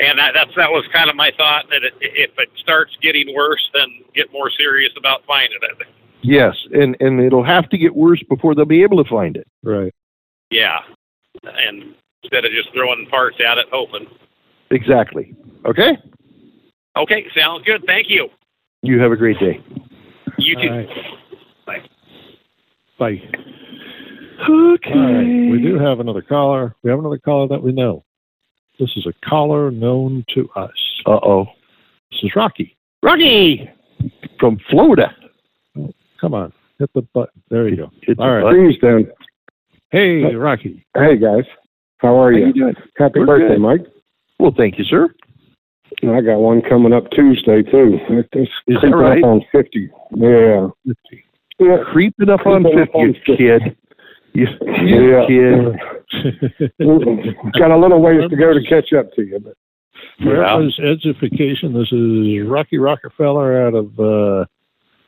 Speaker 5: and that, that's that was kind of my thought that it, if it starts getting worse then get more serious about finding it
Speaker 2: Yes, and and it'll have to get worse before they'll be able to find it.
Speaker 1: Right.
Speaker 5: yeah and instead of just throwing parts at it hoping.
Speaker 2: Exactly. Okay?
Speaker 5: Okay, sounds good. Thank you.
Speaker 2: You have a great day.
Speaker 5: You
Speaker 1: All
Speaker 5: too.
Speaker 1: right.
Speaker 5: Bye.
Speaker 1: Bye.
Speaker 2: Okay.
Speaker 1: All right. We do have another caller. We have another caller that we know. This is a caller known to us.
Speaker 2: Uh oh.
Speaker 1: This is Rocky.
Speaker 2: Rocky from Florida.
Speaker 1: Come on. Hit the button. There you go.
Speaker 2: It's
Speaker 1: All right.
Speaker 6: Kingston.
Speaker 1: Hey, Rocky.
Speaker 6: Hey guys, how are
Speaker 2: How
Speaker 6: you?
Speaker 2: you doing?
Speaker 6: Happy
Speaker 2: We're
Speaker 6: birthday,
Speaker 2: good.
Speaker 6: Mike.
Speaker 2: Well, thank you, sir.
Speaker 6: And I got one coming up Tuesday too. It- It's
Speaker 2: Is that
Speaker 6: creeping
Speaker 2: right?
Speaker 6: up on fifty. Yeah.
Speaker 2: [laughs]
Speaker 6: Yeah.
Speaker 2: Creeping up on
Speaker 6: Creeping up
Speaker 2: 50, you
Speaker 6: on 50.
Speaker 2: kid. You, you
Speaker 6: Yeah.
Speaker 2: kid.
Speaker 6: got a little ways to go to catch up to you, but
Speaker 1: For
Speaker 2: Yeah.
Speaker 1: everyone's education, this is Rocky Rockefeller out of uh,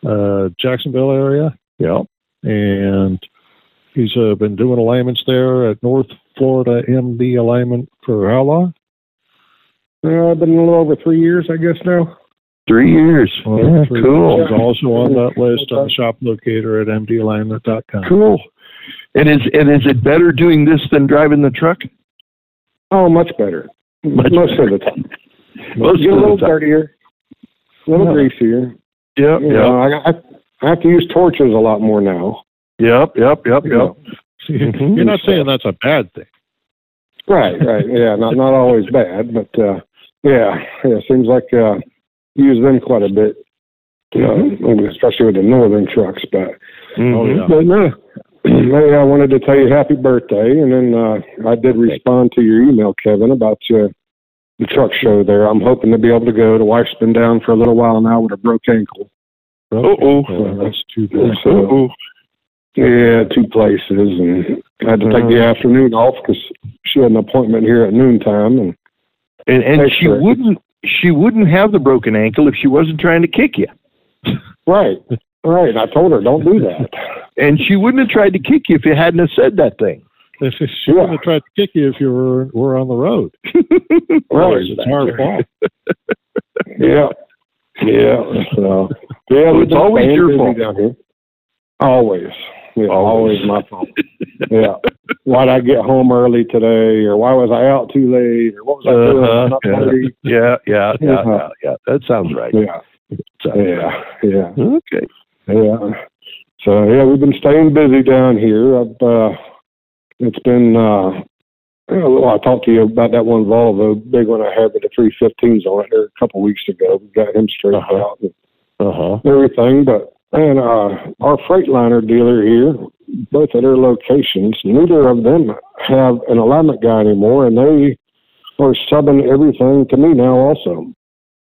Speaker 1: uh, Jacksonville area,
Speaker 2: Yeah.
Speaker 1: and he's uh, been doing alignments there at North Florida MD alignment for how long?
Speaker 6: uh, I've been a little over three years, I guess now.
Speaker 2: Three years. yeah,
Speaker 1: three
Speaker 2: cool.
Speaker 1: years. He's also on that list on the shop locator at mdalignment.com.
Speaker 2: Cool. And is and is it better doing this than driving the truck?
Speaker 6: Oh, much better.
Speaker 2: Much
Speaker 6: Most
Speaker 2: better.
Speaker 6: of the time.
Speaker 2: [laughs] Most
Speaker 6: Get a
Speaker 2: of the
Speaker 6: little
Speaker 2: time.
Speaker 6: dirtier, a little
Speaker 2: Yeah.
Speaker 6: greasier.
Speaker 2: Yep,
Speaker 6: You know, I, I I have to use torches a lot more now.
Speaker 2: yep, yep, yep, yep,
Speaker 6: you know.
Speaker 2: yep. Mhm.
Speaker 1: You're not saying that's a bad thing.
Speaker 6: Right, right. Yeah, not not always bad, but uh yeah, yeah, seems like uh use them quite a bit. You know, and especially with the northern trucks, but
Speaker 1: Mm-hmm. Oh,
Speaker 2: Mhm.
Speaker 1: yeah.
Speaker 6: but no. [clears throat] Hey, I wanted to tell you happy birthday and then uh I did respond to your email, Kevin, about uh the truck show there. I'm hoping to be able to go. The wife's been down for a little while now with a broke ankle.
Speaker 2: Uh-oh.
Speaker 1: Well, that's too bad.
Speaker 6: So yeah, two places and I had to take the
Speaker 1: Mm-hmm.
Speaker 6: afternoon off because she had an appointment here at noontime and
Speaker 2: And and
Speaker 6: Thanks,
Speaker 2: she
Speaker 6: Rick.
Speaker 2: wouldn't she wouldn't have the broken ankle if she wasn't trying to kick you.
Speaker 6: Right, right. I told her don't do
Speaker 2: [laughs]
Speaker 6: that.
Speaker 2: And she wouldn't have tried to kick you if you hadn't have said that thing.
Speaker 1: If if she would have tried to kick you if you were, were on the road.
Speaker 6: Right.
Speaker 1: It's our fault.
Speaker 6: Yeah. Yeah. So yeah,
Speaker 2: So
Speaker 6: we've
Speaker 2: it's
Speaker 6: been
Speaker 2: always
Speaker 6: staying
Speaker 2: your
Speaker 6: busy
Speaker 2: fault.
Speaker 6: down here. Always. Yeah,
Speaker 2: Always.
Speaker 6: always. my fault. Yeah. Why'd I get home early today? Or why was I out too late? Or what was I doing?
Speaker 2: Uh-huh,
Speaker 6: at
Speaker 2: yeah.
Speaker 6: 9:30?
Speaker 2: [laughs] Yeah, yeah, yeah, yeah,
Speaker 6: Uh-huh.
Speaker 2: yeah. That sounds right.
Speaker 6: Yeah.
Speaker 2: Sounds
Speaker 6: Yeah.
Speaker 2: right.
Speaker 6: Yeah.
Speaker 2: Okay.
Speaker 6: Yeah. So yeah, we've been staying busy down here. I've, uh, it's been uh, [clears throat] well, I talked to you about that one Volvo, big one I had with the three fifteens on it there a couple weeks ago. We got him straightened
Speaker 2: Uh-huh.
Speaker 6: out and
Speaker 2: Uh huh.
Speaker 6: everything. But and uh, our Freightliner dealer here, both of their locations, neither of them have an alignment guy anymore, and they are subbing everything to me now also.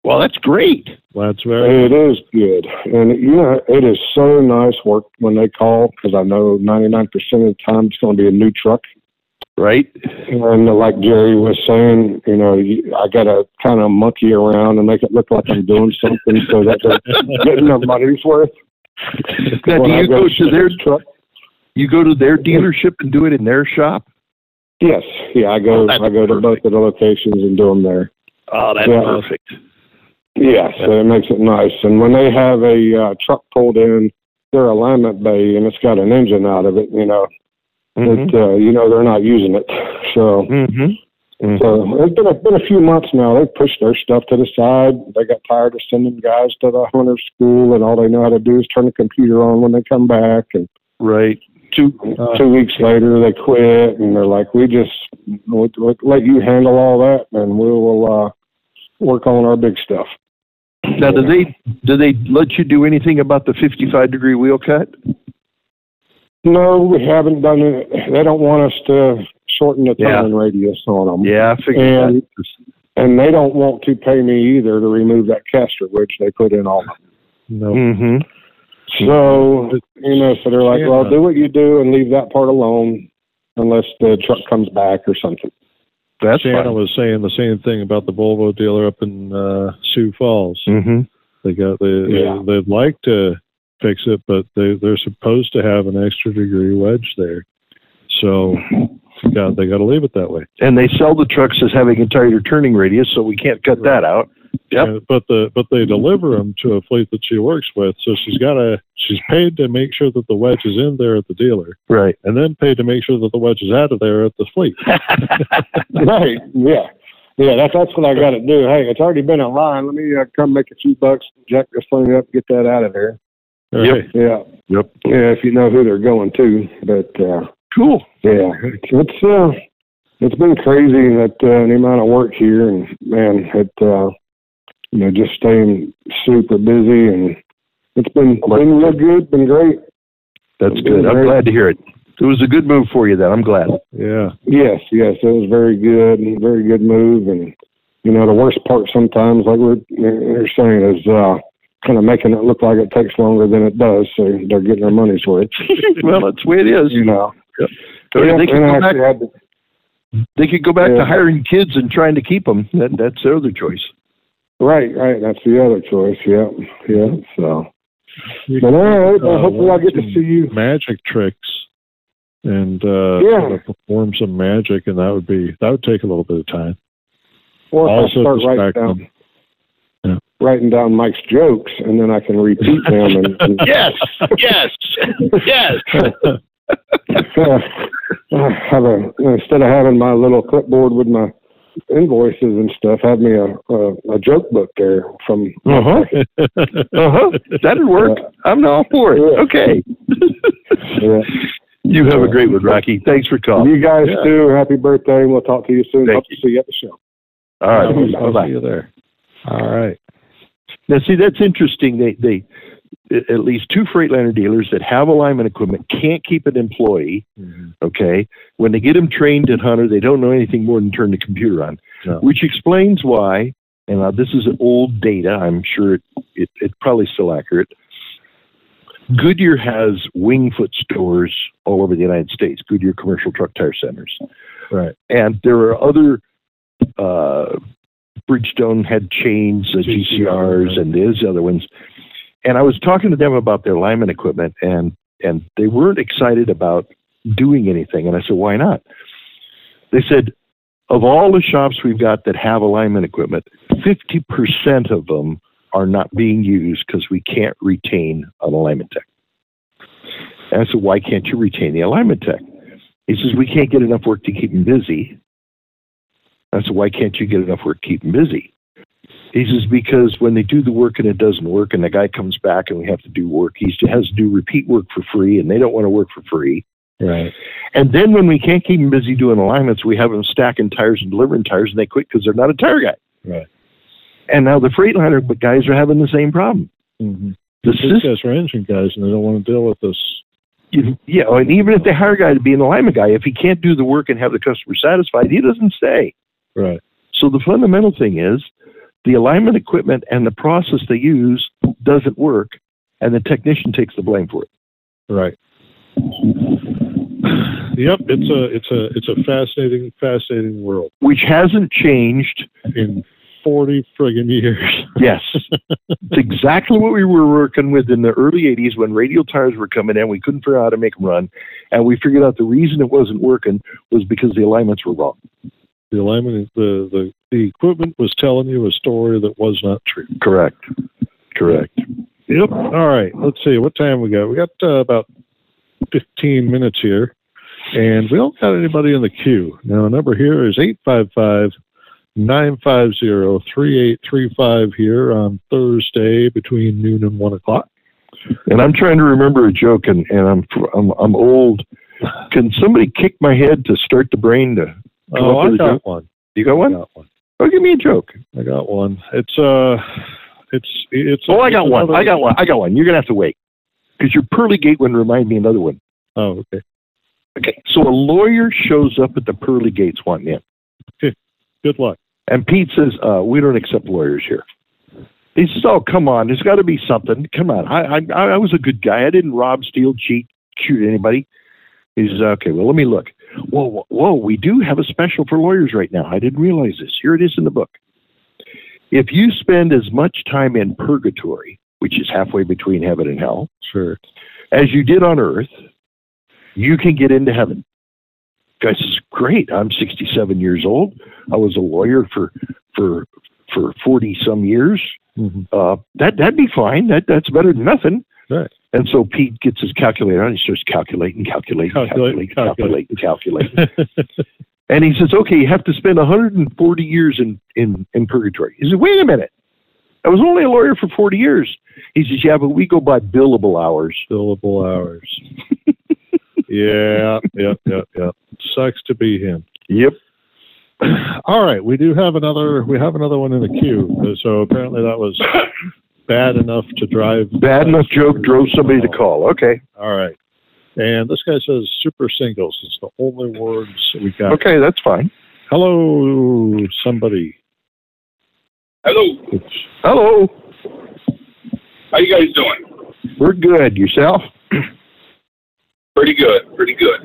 Speaker 2: Well, that's great.
Speaker 1: That's very
Speaker 6: It is good, and you know it is so nice work when they call because I know ninety nine percent of the time it's going to be a new truck. [laughs]
Speaker 2: Right?
Speaker 6: And uh, like Jerry was saying, you know, you- I got to kind of monkey around and make it look like I'm doing something so that they're getting their money's worth.
Speaker 2: Now, do
Speaker 6: when I
Speaker 2: you go to their
Speaker 6: truck?
Speaker 2: you go to their dealership and do it in their shop?
Speaker 6: Yes, yeah, I go,
Speaker 2: Oh, that's
Speaker 6: I go to both
Speaker 2: perfect.
Speaker 6: of the locations and do them there.
Speaker 2: Oh, that's
Speaker 6: Yeah.
Speaker 2: perfect.
Speaker 6: Yeah, so it makes it nice. And when they have a uh, truck pulled in their alignment bay and it's got an engine out of it, you know,
Speaker 2: Mm-hmm.
Speaker 6: but uh, you know they're not using it. So,
Speaker 2: Mm-hmm.
Speaker 6: so it's been a, been a few months now. They've pushed their stuff to the side. They got tired of sending guys to the hunter school, and all they know how to do is turn the computer on when they come back. And
Speaker 2: Right.
Speaker 6: two
Speaker 2: Oh,
Speaker 1: Uh,
Speaker 6: two weeks later, they quit, and they're like, "We just we'll, we'll let you handle all that, and we will uh, work on our big stuff."
Speaker 2: Now, do they do they let you do anything about the fifty-five degree wheel cut?
Speaker 6: No, we haven't done it. They don't want us to shorten the
Speaker 2: Yeah.
Speaker 6: turn radius on them.
Speaker 2: Yeah, I figured
Speaker 6: And- And they don't want to pay me either to remove that caster, which they put in all
Speaker 1: no.
Speaker 2: Mm-hmm.
Speaker 6: So you know, so they're like, "Well,
Speaker 1: Yeah.
Speaker 6: do what you do and leave that part alone, unless the truck comes back or something." [laughs]
Speaker 2: That's
Speaker 1: Shannon
Speaker 2: fine.
Speaker 1: was saying the same thing about the Volvo dealer up in uh, Sioux Falls.
Speaker 2: Mm-hmm.
Speaker 1: They got they,
Speaker 6: Yeah.
Speaker 1: they would like to fix it, but they they're supposed to have an extra degree wedge there. So yeah, they got to leave it that way.
Speaker 2: And they sell the trucks as having a tighter turning radius, so we can't cut that out. Yep.
Speaker 1: Uh, but the but they deliver them to a fleet that she works with, so she's got to she's paid to make sure that the wedge is in there at the dealer,
Speaker 2: Right.
Speaker 1: and then paid to make sure that the wedge is out of there at the fleet.
Speaker 6: Right. Yeah. Yeah. That's that's what I got to do. Hey, it's already been a line. Let me uh, come make a few bucks, jack this thing up, get that out of there.
Speaker 2: Yep.
Speaker 1: Right.
Speaker 6: Yeah.
Speaker 2: Yep.
Speaker 6: Yeah. If you know who they're going to, but uh,
Speaker 2: [laughs] Cool.
Speaker 6: yeah, it's it's, uh, it's been crazy that uh, the amount of work here, and man, it uh, you know just staying super busy, and it's been been real good, been great.
Speaker 2: That's good. I'm glad to hear it. It was a good move for you then. I'm glad.
Speaker 1: Yeah.
Speaker 6: Yes, yes, it was very good and very good move. And you know, the worst part sometimes, like we're you're saying, is uh, kind of making it look like it takes longer than it does, so they're getting their money's worth.
Speaker 2: [laughs] well, that's the way it is.
Speaker 6: You know,
Speaker 2: Yeah,
Speaker 6: Yeah,
Speaker 2: they, could
Speaker 6: and I
Speaker 2: go back,
Speaker 6: actually had to-
Speaker 2: they could go back to
Speaker 6: Yeah.
Speaker 2: hiring kids and trying to keep them. That, that's their other choice.
Speaker 6: right, right. That's the other choice. Yep, yeah. So,
Speaker 1: You
Speaker 6: but all right.
Speaker 1: Uh,
Speaker 6: Well, hopefully, I get to see you.
Speaker 1: magic tricks and uh
Speaker 6: Yeah.
Speaker 1: sort of perform some magic and that would be that would take a little bit of time.
Speaker 6: Or if I
Speaker 1: also
Speaker 6: start writing
Speaker 1: distract
Speaker 6: down, [laughs]
Speaker 1: them.
Speaker 6: writing down Mike's jokes, and then I can repeat them. And,
Speaker 1: [laughs]
Speaker 6: and [laughs]
Speaker 5: Yes, yes, yes.
Speaker 6: uh, have a instead of having my little clipboard with my invoices and stuff, have me a a, a joke book there from. [laughs]
Speaker 2: Uh-huh.
Speaker 1: [laughs]
Speaker 2: Uh-huh. That'd work. I'm all for it.
Speaker 6: Yeah.
Speaker 2: Okay.
Speaker 6: Yeah.
Speaker 2: [laughs] you have a great one, Rocky. Thanks for calling.
Speaker 6: You guys
Speaker 2: yeah.
Speaker 6: too. Happy birthday, and we'll talk to you soon.
Speaker 2: Thank
Speaker 6: Hope to see you at the show.
Speaker 2: All right.
Speaker 1: I'll
Speaker 2: Bye-bye.
Speaker 1: see you there. All right.
Speaker 2: Now, see, that's interesting. They, they, a- at least two Freightliner dealers that have alignment equipment can't keep an employee.
Speaker 1: Mm-hmm.
Speaker 2: Okay, when they get them trained at Hunter, they don't know anything more than turn the computer on,
Speaker 1: No.
Speaker 2: which explains why. And uh, this is old data. I'm sure it, it, it's probably still accurate. Goodyear has Wingfoot stores all over the United States. Goodyear commercial truck tire centers.
Speaker 1: Right.
Speaker 2: And there are other uh, Bridgestone had chains, uh, GCRs, and these other ones. And I was talking to them about their lineman equipment, and and they weren't excited about doing anything. And I said, why not? They said, of all the shops we've got that have alignment equipment, 50% of them are not being used because we can't retain an alignment tech. And I said, why can't you retain the alignment tech? He says, we can't get enough work to keep them busy. I said, why can't you get enough work to keep them busy? He says, because when they do the work and it doesn't work and the guy comes back and we have to do work, he has to do repeat work for free and they don't want to work for free.
Speaker 1: Right.
Speaker 2: And then when we can't keep them busy doing alignments, we have them stacking tires and delivering tires, and they quit because they're not a tire guy.
Speaker 1: Right.
Speaker 2: And now the Freightliner guys are having the same problem.
Speaker 1: Mm-hmm.
Speaker 2: The
Speaker 1: These
Speaker 2: system,
Speaker 1: guys are engine guys and they don't want to deal with this.
Speaker 2: yeah, and even if they hire a guy to be an alignment guy, if he can't do the work and have the customer satisfied, he doesn't stay.
Speaker 1: Right.
Speaker 2: So the fundamental thing is the alignment equipment and the process they use doesn't work, and the technician takes the blame for it.
Speaker 1: Right. Yep, it's a it's a it's a fascinating fascinating world
Speaker 2: Which hasn't changed
Speaker 1: in forty friggin' years. [laughs]
Speaker 2: Yes. it's exactly what we were working with in the early 80s when radial tires were coming in. We couldn't figure out how to make them run. And we figured out the reason it wasn't working was because the alignments were wrong.
Speaker 1: The alignment, the the the equipment was telling you a story that was not true.
Speaker 2: Correct. Correct.
Speaker 1: Yep. All right. Let's see what time we got. We got uh, about 15 minutes here, and we don't got anybody in the queue. Now, the number here is 855 950 3835 here on Thursday between noon and 1 o'clock.
Speaker 2: And I'm trying to remember a joke, and, and I'm, I'm, I'm old. Can somebody kick my head to start the brain to. Come
Speaker 1: Oh,
Speaker 2: up with
Speaker 1: I
Speaker 2: a
Speaker 1: got
Speaker 2: joke.
Speaker 1: one.
Speaker 2: You got
Speaker 1: I
Speaker 2: one?
Speaker 1: got one.
Speaker 2: Oh, give me a joke.
Speaker 1: I got one. It's, uh, it's, it's.
Speaker 2: Oh, I got
Speaker 1: it's
Speaker 2: one.
Speaker 1: another-
Speaker 2: I got one. I got one. You're going to have to wait because your pearly gate one remind me another one.
Speaker 1: Oh, okay.
Speaker 2: Okay. So a lawyer shows up at the pearly gates wanting in.
Speaker 1: Good luck.
Speaker 2: And Pete says, uh, "We don't accept lawyers here." He says, "Oh, come on, there's got to be something. Come on, I, I, I was a good guy. I didn't rob, steal, cheat, shoot anybody." He says, "Okay, well, let me look. Whoa, whoa, we do have a special for lawyers right now. I didn't realize this. Here it is in the book. If you spend as much time in purgatory, which is halfway between heaven and hell,
Speaker 1: Sure.
Speaker 2: as you did on earth, you can get into heaven. Guy says, Great, I'm 67 years old. I was a lawyer for, for for 40 some years. [laughs]
Speaker 1: hmm
Speaker 2: Uh, that, that'd be fine. That, that's better than nothing.
Speaker 1: Right.
Speaker 2: And so Pete gets his calculator out and he starts calculating, calculating, calculating,
Speaker 1: Calculate, calculate.
Speaker 2: calculating, calculating. And he says, okay, you have to spend 140 years in, in, in purgatory. He says, wait a minute. I was only a lawyer for 40 years. He says, yeah, but we go by billable hours.
Speaker 1: Billable
Speaker 2: [laughs]
Speaker 1: hours. yeah, yep, yep, yep. Sucks to be him. [clears throat]
Speaker 2: Yep.
Speaker 1: All right, we do have another. We have another one in the queue. So apparently that was bad enough to drive.
Speaker 2: Bad enough joke drove somebody to call. Okay.
Speaker 1: All right, and this guy says super singles. It's the only words we got.
Speaker 2: Okay, that's fine.
Speaker 1: Hello, somebody.
Speaker 7: Hello.
Speaker 2: Hello.
Speaker 7: How you guys doing?
Speaker 2: We're good. Yourself?
Speaker 7: Pretty good. Pretty good.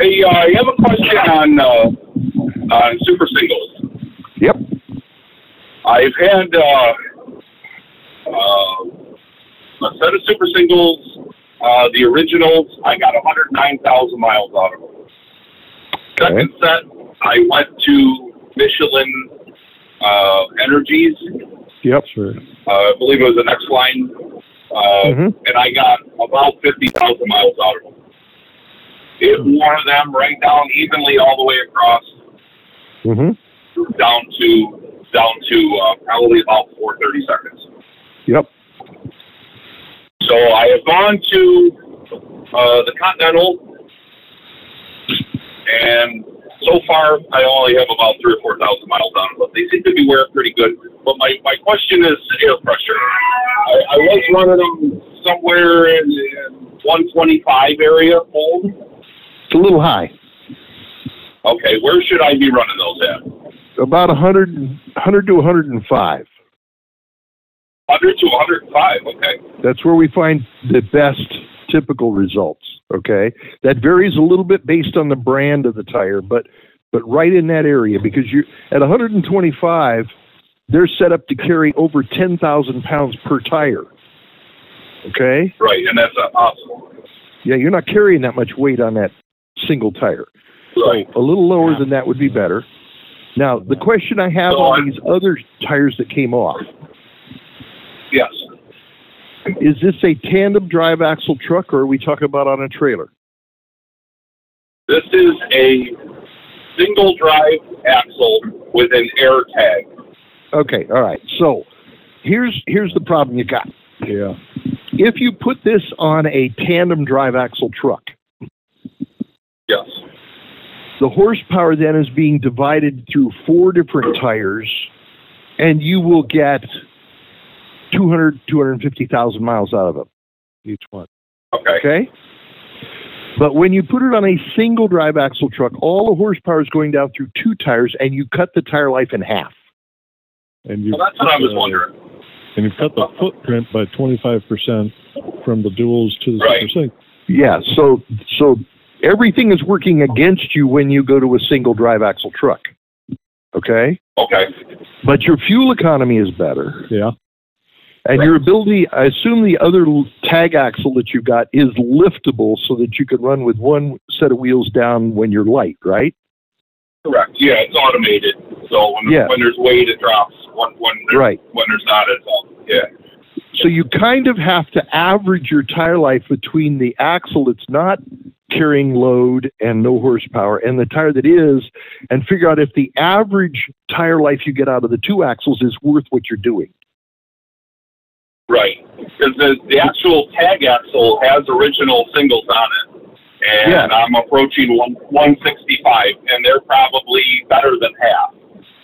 Speaker 7: Hey, uh, I have a question on uh, on super singles.
Speaker 2: Yep.
Speaker 7: I've had uh, uh, a set of super singles, uh, the originals. I got 109,000 miles out of them. Second set, I went to Michelin uh, Energies.
Speaker 2: Yep.
Speaker 1: Sure.
Speaker 7: Uh, I believe it was the next line, uh,
Speaker 2: Mhm.
Speaker 7: and I got about 50,000 miles out of them. It wore them right down evenly all the way across,
Speaker 2: Mm-hmm.
Speaker 7: down to down to uh, probably about 430 seconds.
Speaker 2: Yep.
Speaker 7: So I have gone to uh, the Continental, and so far I only have about three or four thousand miles on them. But they seem to be wearing pretty good. But my, my question is air pressure. I, I was running them somewhere in the 125 area full.
Speaker 2: It's a little high.
Speaker 7: Okay, where should I be running those at?
Speaker 2: About 100, 100 to 105.
Speaker 7: 100 to 105. Okay.
Speaker 2: That's where we find the best typical results. Okay, that varies a little bit based on the brand of the tire, but but right in that area because you at 125, they're set up to carry over 10,000 pounds per tire. Okay,
Speaker 7: Right, and that's not possible.
Speaker 2: yeah, you're not carrying that much weight on that single tire.
Speaker 7: Right.
Speaker 2: A little lower than that would be better. Now the question I have on these other tires that came off
Speaker 7: Yes.
Speaker 2: is this a tandem drive axle truck or are we talking about on a trailer?
Speaker 7: This is a single drive axle with an air tag.
Speaker 2: Okay, all right. So here's here's the problem you got.
Speaker 1: Yeah.
Speaker 2: If you put this on a tandem drive axle truck,
Speaker 7: Yes.
Speaker 2: the horsepower then is being divided through four different tires, and you will get 200, 250,000 miles out of it.
Speaker 1: Each one.
Speaker 7: Okay.
Speaker 2: Okay? But when you put it on a single drive axle truck, all the horsepower is going down through two tires, and you cut the tire life in half.
Speaker 1: And you.
Speaker 7: Well, that's what I was wondering.
Speaker 1: And you've cut the footprint by 25% from the duals to the
Speaker 7: Right.
Speaker 1: super sync.
Speaker 2: Yeah, so so everything is working against you when you go to a single drive axle truck. Okay?
Speaker 7: Okay.
Speaker 2: But your fuel economy is better.
Speaker 1: Yeah.
Speaker 2: And your ability, I assume the other l- tag axle that you got is liftable so that you can run with one set of wheels down when you're light, right?
Speaker 7: Correct. Yeah, it's automated. So when,
Speaker 2: Yeah.
Speaker 7: when there's weight, it drops. When, when, there's,
Speaker 2: Right.
Speaker 7: when there's not, it's up. Yeah.
Speaker 2: So you kind of have to average your tire life between the axle that's not carrying load and no horsepower and the tire that is, and figure out if the average tire life you get out of the two axles is worth what you're doing.
Speaker 7: Right. Because the, the actual tag axle has original singles on it. And
Speaker 2: Yeah.
Speaker 7: I'm approaching one, 165, and they're probably better than half.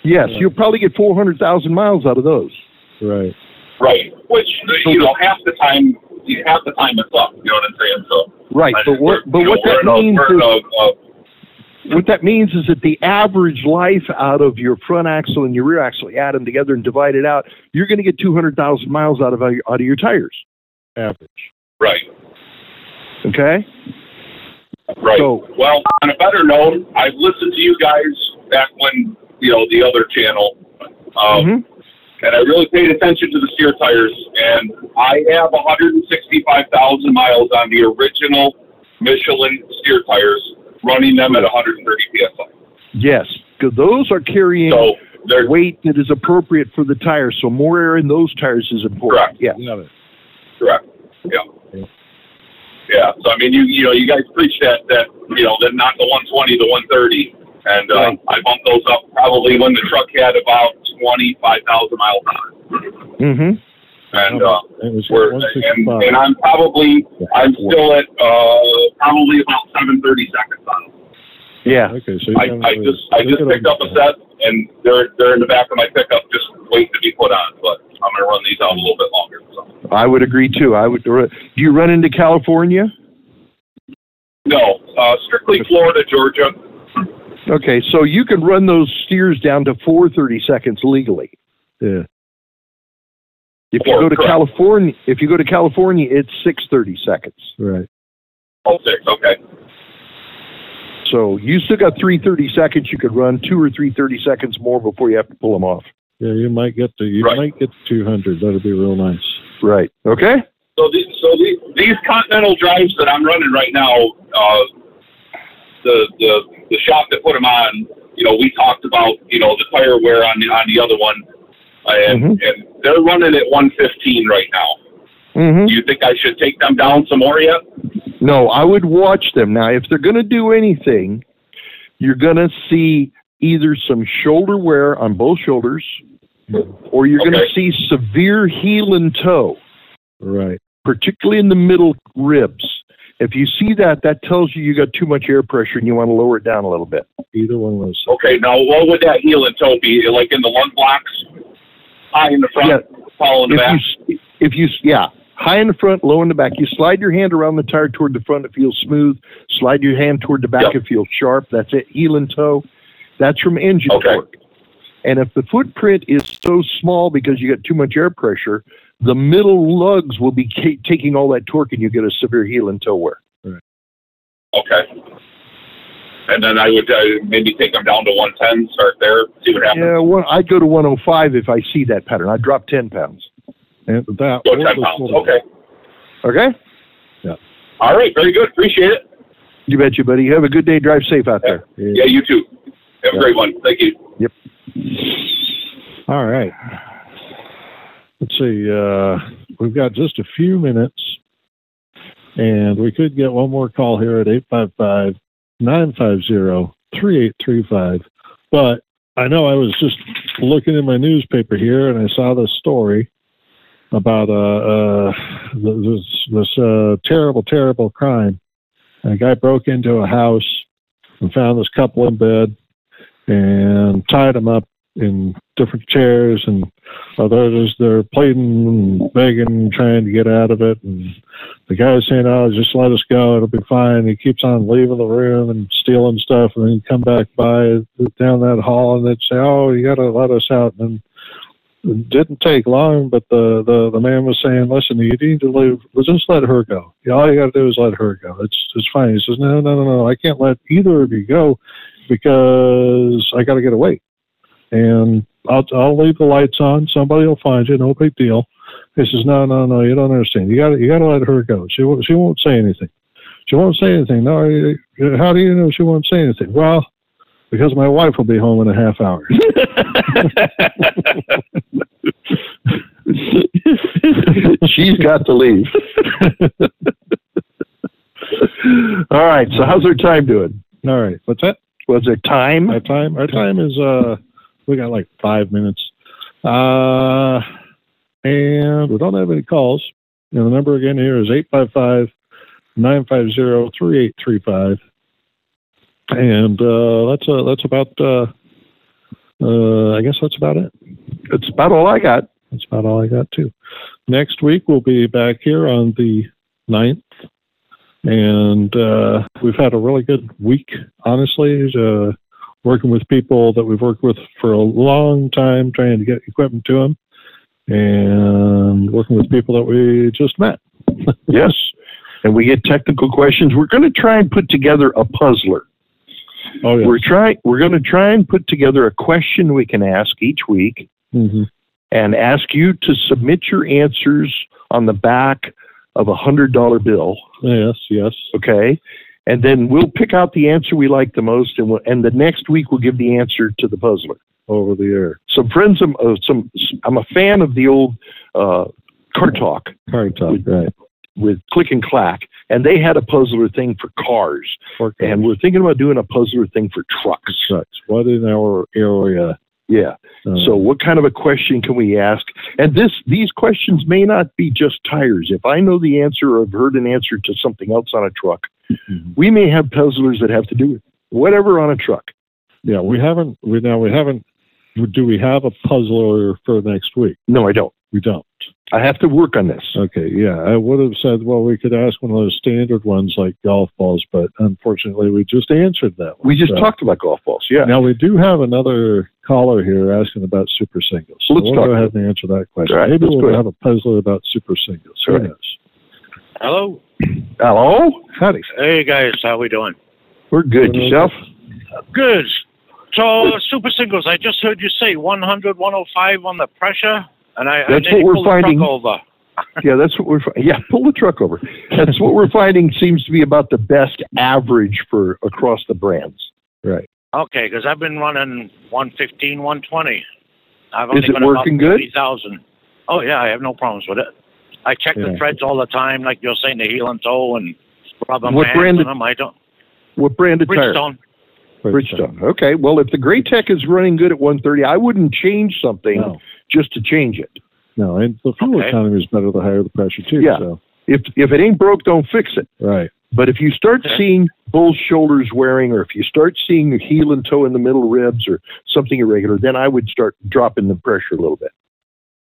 Speaker 2: Yes,
Speaker 1: Yeah.
Speaker 2: you'll probably get 400,000 miles out of those.
Speaker 1: Right.
Speaker 7: Right. Which, uh, you know, half the time, half the time it's up. You know what I'm saying? So.
Speaker 2: Right, but what, but
Speaker 7: You know,
Speaker 2: what that
Speaker 7: we're in
Speaker 2: means
Speaker 7: a- we're
Speaker 2: is
Speaker 7: in a- a-
Speaker 2: what that means is that the average life out of your front axle and your rear axle, you add them together and divide it out, you're going to get 200,000 miles out of out of your tires.
Speaker 1: Average.
Speaker 7: right,
Speaker 2: Okay,
Speaker 7: right.
Speaker 2: So-
Speaker 7: well, on a better note, I've listened to you guys back when you know the other channel, um,
Speaker 2: Mhm.
Speaker 7: and I really paid attention to the steer tires. And I have 165,000 miles on the original Michelin steer tires, running them at 130 psi.
Speaker 2: yes, because those are carrying
Speaker 7: So There's
Speaker 2: weight that is appropriate for the tire. So more air in those tires is important.
Speaker 7: Correct.
Speaker 2: Yeah.
Speaker 1: Got it.
Speaker 7: Correct. Yeah. Yeah. So I mean, you you know, you guys preach that that you know, then not the 120, the 130, and uh,
Speaker 2: Right.
Speaker 7: I bumped those up probably when the truck had about 25,000 miles on it,
Speaker 2: Mm-hmm.
Speaker 7: and uh,
Speaker 1: It was
Speaker 7: we're and,
Speaker 1: 165.
Speaker 7: and I'm probably I'm still at uh, probably about 730 seconds on them.
Speaker 2: Yeah.
Speaker 1: Okay, so you
Speaker 7: I,
Speaker 1: haven't
Speaker 7: I
Speaker 1: really-
Speaker 7: just I
Speaker 1: look
Speaker 7: just
Speaker 1: at
Speaker 7: picked
Speaker 1: all
Speaker 7: up a
Speaker 1: this stuff.
Speaker 7: set, and they're they're in the back of my pickup, just waiting to be put on. But I'm gonna run these out a little bit longer. So.
Speaker 2: I would agree too. I would. Do you run into California?
Speaker 7: No, uh, strictly Florida, Georgia.
Speaker 2: Okay, so you can run those steers down to 430 seconds legally.
Speaker 1: Yeah.
Speaker 2: If you
Speaker 7: Four,
Speaker 2: go to
Speaker 7: correct.
Speaker 2: California, if you go to California, it's 630 seconds.
Speaker 1: Right.
Speaker 7: Oh, six. Okay.
Speaker 2: So you still got 330 seconds. You could run two or 330 seconds more before you have to pull them off.
Speaker 1: Yeah, you might get to you
Speaker 7: Right.
Speaker 1: might get to 200. That'd be real nice.
Speaker 2: Right. Okay.
Speaker 7: So these, so these, these Continental drives that I'm running right now, uh, the the the shop that put them on, you know, we talked about, you know, the tire wear on the on the other one, and
Speaker 2: Mhm.
Speaker 7: and they're running at 115 right now.
Speaker 2: Mm-hmm.
Speaker 7: Do you think I should take them down some more yet?
Speaker 2: No, I would watch them. Now, if they're going to do anything, you're going to see either some shoulder wear on both shoulders, or you're going
Speaker 7: Okay.
Speaker 2: to see severe heel and toe,
Speaker 1: Right.
Speaker 2: particularly in the middle ribs. If you see that, that tells you you got too much air pressure and you want to lower it down a little bit.
Speaker 1: Either one of those.
Speaker 7: Okay, now what would that heel and toe be? Like in the lug blocks, high in the front, following the
Speaker 2: If
Speaker 7: back.
Speaker 2: you, s- if you, s- yeah, high in the front, low in the back. You slide your hand around the tire toward the front, it feels smooth. Slide your hand toward the back,
Speaker 7: Yep.
Speaker 2: it feels sharp. That's it. Heel and toe. That's from engine
Speaker 7: Okay.
Speaker 2: torque. And if the footprint is so small because you got too much air pressure, the middle lugs will be [laughs] ca- taking all that torque, and you get a severe heel and toe wear.
Speaker 7: Okay. And then I would uh, maybe take them down to 110, start there, see what happens.
Speaker 2: Yeah, one, I'd go to 105 if I see that pattern. I'd drop 10 pounds.
Speaker 1: And that
Speaker 7: Go
Speaker 1: or
Speaker 7: 10
Speaker 1: the
Speaker 7: pounds.
Speaker 1: shoulder.
Speaker 7: Okay.
Speaker 2: Okay.
Speaker 7: All right. Very good. Appreciate it.
Speaker 2: You bet you, buddy. You Have a good day. Drive safe out there.
Speaker 7: Yeah, you too. Have a
Speaker 2: Yeah.
Speaker 7: great one. Thank you.
Speaker 1: All right. Let's see. Uh, we've got just a few minutes, and we could get one more call here at 855 950 3835. But I know I was just looking in my newspaper here, and I saw this story about uh, uh, this, this uh, terrible, terrible crime. A guy broke into a house and found this couple in bed and tied them up in different chairs and others they're pleading and begging trying to get out of it and the guy's saying oh just let us go it'll be fine he keeps on leaving the room and stealing stuff and then come back by down that hall and they'd say oh you gotta let us out and it didn't take long but the the, the man was saying listen you need to leave just let her go Yeah, all you gotta do is let her go it's it's fine he says no no no no i can't let either of you go because i gotta get away and I'll, I'll leave the lights on. Somebody will find you. No big deal. He says, no, no, no, you don't understand. You got to you got to let her go. She won't, she won't say anything. She won't say anything. No, you- you- how do you know she won't say anything? Well, because my wife will be home in a half hour. [laughs]
Speaker 2: [laughs] She's got to leave. All right. So how's her time doing?
Speaker 1: All right, what's that?
Speaker 2: Was it time?
Speaker 1: Our time, our time is uh, we got like five minutes, uh, and we don't have any calls. And the number again here is 855-950-3835. And uh, that's uh, that's about uh, uh, I guess that's about it.
Speaker 2: That's about all I got.
Speaker 1: That's about all I got too. Next week we'll be back here on the 9th. And uh, we've had a really good week, honestly, uh, working with people that we've worked with for a long time, trying to get equipment to them, and working with people that we just met.
Speaker 2: Yes. And we get technical questions. We're going to try and put together a puzzler.
Speaker 1: Oh,
Speaker 2: We're trying. We're going to try and put together a question we can ask each week,
Speaker 1: hmm
Speaker 2: and ask you to submit your answers on the back of a hundred dollar bill.
Speaker 1: Yes, yes.
Speaker 2: Okay. and then we'll pick out the answer we like the most, and we'll, and the next week we'll give the answer to the puzzler.
Speaker 1: over the air.
Speaker 2: Some friends, um, uh, some I'm a fan of the old uh, car talk
Speaker 1: Car talk, right.
Speaker 2: with click and clack, and they had a puzzler thing for cars,
Speaker 1: Or
Speaker 2: and we're thinking about doing a puzzler thing for trucks.
Speaker 1: trucks. What in our area?
Speaker 2: Yeah.
Speaker 1: Uh,
Speaker 2: So, what kind of a question can we ask? And this, these questions may not be just tires. If I know the answer or have heard an answer to something else on a truck,
Speaker 1: mhm.
Speaker 2: we may have puzzlers that have to do with whatever on a truck.
Speaker 1: yeah, we haven't. We now we haven't. Do we have a puzzler for next week?
Speaker 2: No, I don't.
Speaker 1: We don't.
Speaker 2: I have to work on this.
Speaker 1: Okay, yeah, I would have said, well, we could ask one of those standard ones like golf balls, but unfortunately, we just answered that. One.
Speaker 2: We just
Speaker 1: So-
Speaker 2: talked about golf balls. Yeah.
Speaker 1: Now we do have another caller here asking about super singles. So
Speaker 2: Let's
Speaker 1: we'll
Speaker 2: talk
Speaker 1: go ahead and answer that question.
Speaker 2: All right,
Speaker 1: Maybe
Speaker 2: let's go
Speaker 1: we'll
Speaker 2: ahead.
Speaker 1: have a puzzler about super singles. Who
Speaker 2: All right.
Speaker 1: knows?
Speaker 5: Hello.
Speaker 2: Hello.
Speaker 1: Howdy.
Speaker 5: Hey guys, how we doing?
Speaker 2: We're good. [laughs]
Speaker 1: Hello.
Speaker 2: Yourself?
Speaker 5: Good. So super singles, I just heard you say 100, 105 on the pressure, and I
Speaker 2: That's
Speaker 5: I need
Speaker 2: what we're
Speaker 5: to pull the truck
Speaker 2: finding.
Speaker 5: over.
Speaker 2: Yeah, that's what we're. fi- Yeah, pull the truck over. That's what we're finding seems to be about the best average for across the brands.
Speaker 5: Okay, because I've been running 115, 120. I've
Speaker 2: Is
Speaker 5: only
Speaker 2: it
Speaker 5: been about
Speaker 2: working good?
Speaker 5: 30,000. Oh, yeah, I have no problems with it. I check
Speaker 1: Yeah.
Speaker 5: the threads all the time, like you're saying, the heel and toe and rub them
Speaker 2: What
Speaker 5: hands
Speaker 2: brand
Speaker 5: on them. I don't.
Speaker 2: What brand of tire?
Speaker 5: Bridgestone.
Speaker 2: Bridgestone. Okay. Well, if the Gray Tech is running good at 130, I wouldn't change something
Speaker 1: No,
Speaker 2: just to change it.
Speaker 1: no, and the fuel
Speaker 5: Okay.
Speaker 1: economy is better the higher the pressure too.
Speaker 2: Yeah.
Speaker 1: So
Speaker 2: If if it ain't broke, don't fix it.
Speaker 1: right,
Speaker 2: But if you start
Speaker 5: Okay.
Speaker 2: seeing bull shoulders wearing, or if you start seeing your heel and toe in the middle ribs, or something irregular, then I would start dropping the pressure a little bit.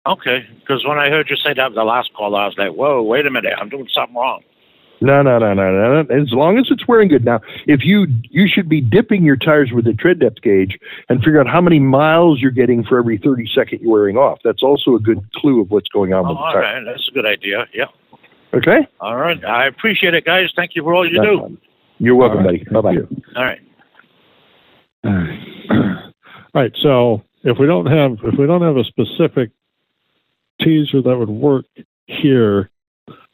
Speaker 5: Okay, because when I heard you say that the last call, I was like, whoa, wait a minute, I'm doing something wrong.
Speaker 2: No, no, no, no, no. no. As long as it's wearing good. Now, if you you should be dipping your tires with a tread depth gauge and figure out how many miles you're getting for every 30 second you're wearing off. That's also a good clue of what's going on
Speaker 5: Oh,
Speaker 2: with the
Speaker 5: all
Speaker 2: tire.
Speaker 5: right, that's a good idea. Yeah.
Speaker 2: Okay.
Speaker 5: All right, I appreciate it, guys. Thank you for all you
Speaker 2: No
Speaker 5: do.
Speaker 2: problem. You're welcome,
Speaker 1: All right.
Speaker 2: buddy. Bye bye.
Speaker 5: All right.
Speaker 1: All right. So if we don't have if we don't have a specific teaser that would work here,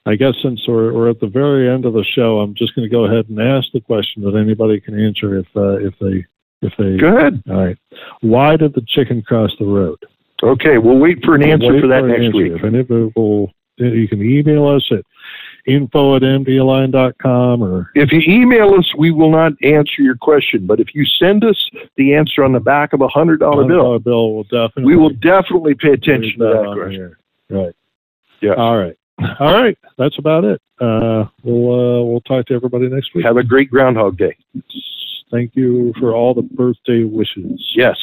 Speaker 1: I guess since we're, we're at the very end of the show, I'm just going to go ahead and ask the question that anybody can answer if uh, if they if they.
Speaker 2: Go ahead.
Speaker 1: All right. Why did the chicken cross the road?
Speaker 2: Okay, we'll wait for an answer
Speaker 1: Wait
Speaker 2: for that
Speaker 1: an
Speaker 2: next
Speaker 1: answer.
Speaker 2: week.
Speaker 1: If anybody will, you can email us at info at mdline.com or
Speaker 2: If you email us, we will not answer your question. But if you send us the answer on the back of a hundred dollar bill,
Speaker 1: $100 bill will definitely
Speaker 2: we will definitely pay attention to
Speaker 1: Leave
Speaker 2: that
Speaker 1: on
Speaker 2: question.
Speaker 1: here. Right.
Speaker 2: Yeah.
Speaker 1: All right. All right. That's about it. Uh, we'll uh, we'll talk to everybody next week.
Speaker 2: Have a great Groundhog Day.
Speaker 1: Thank you for all the birthday wishes.
Speaker 2: Yes.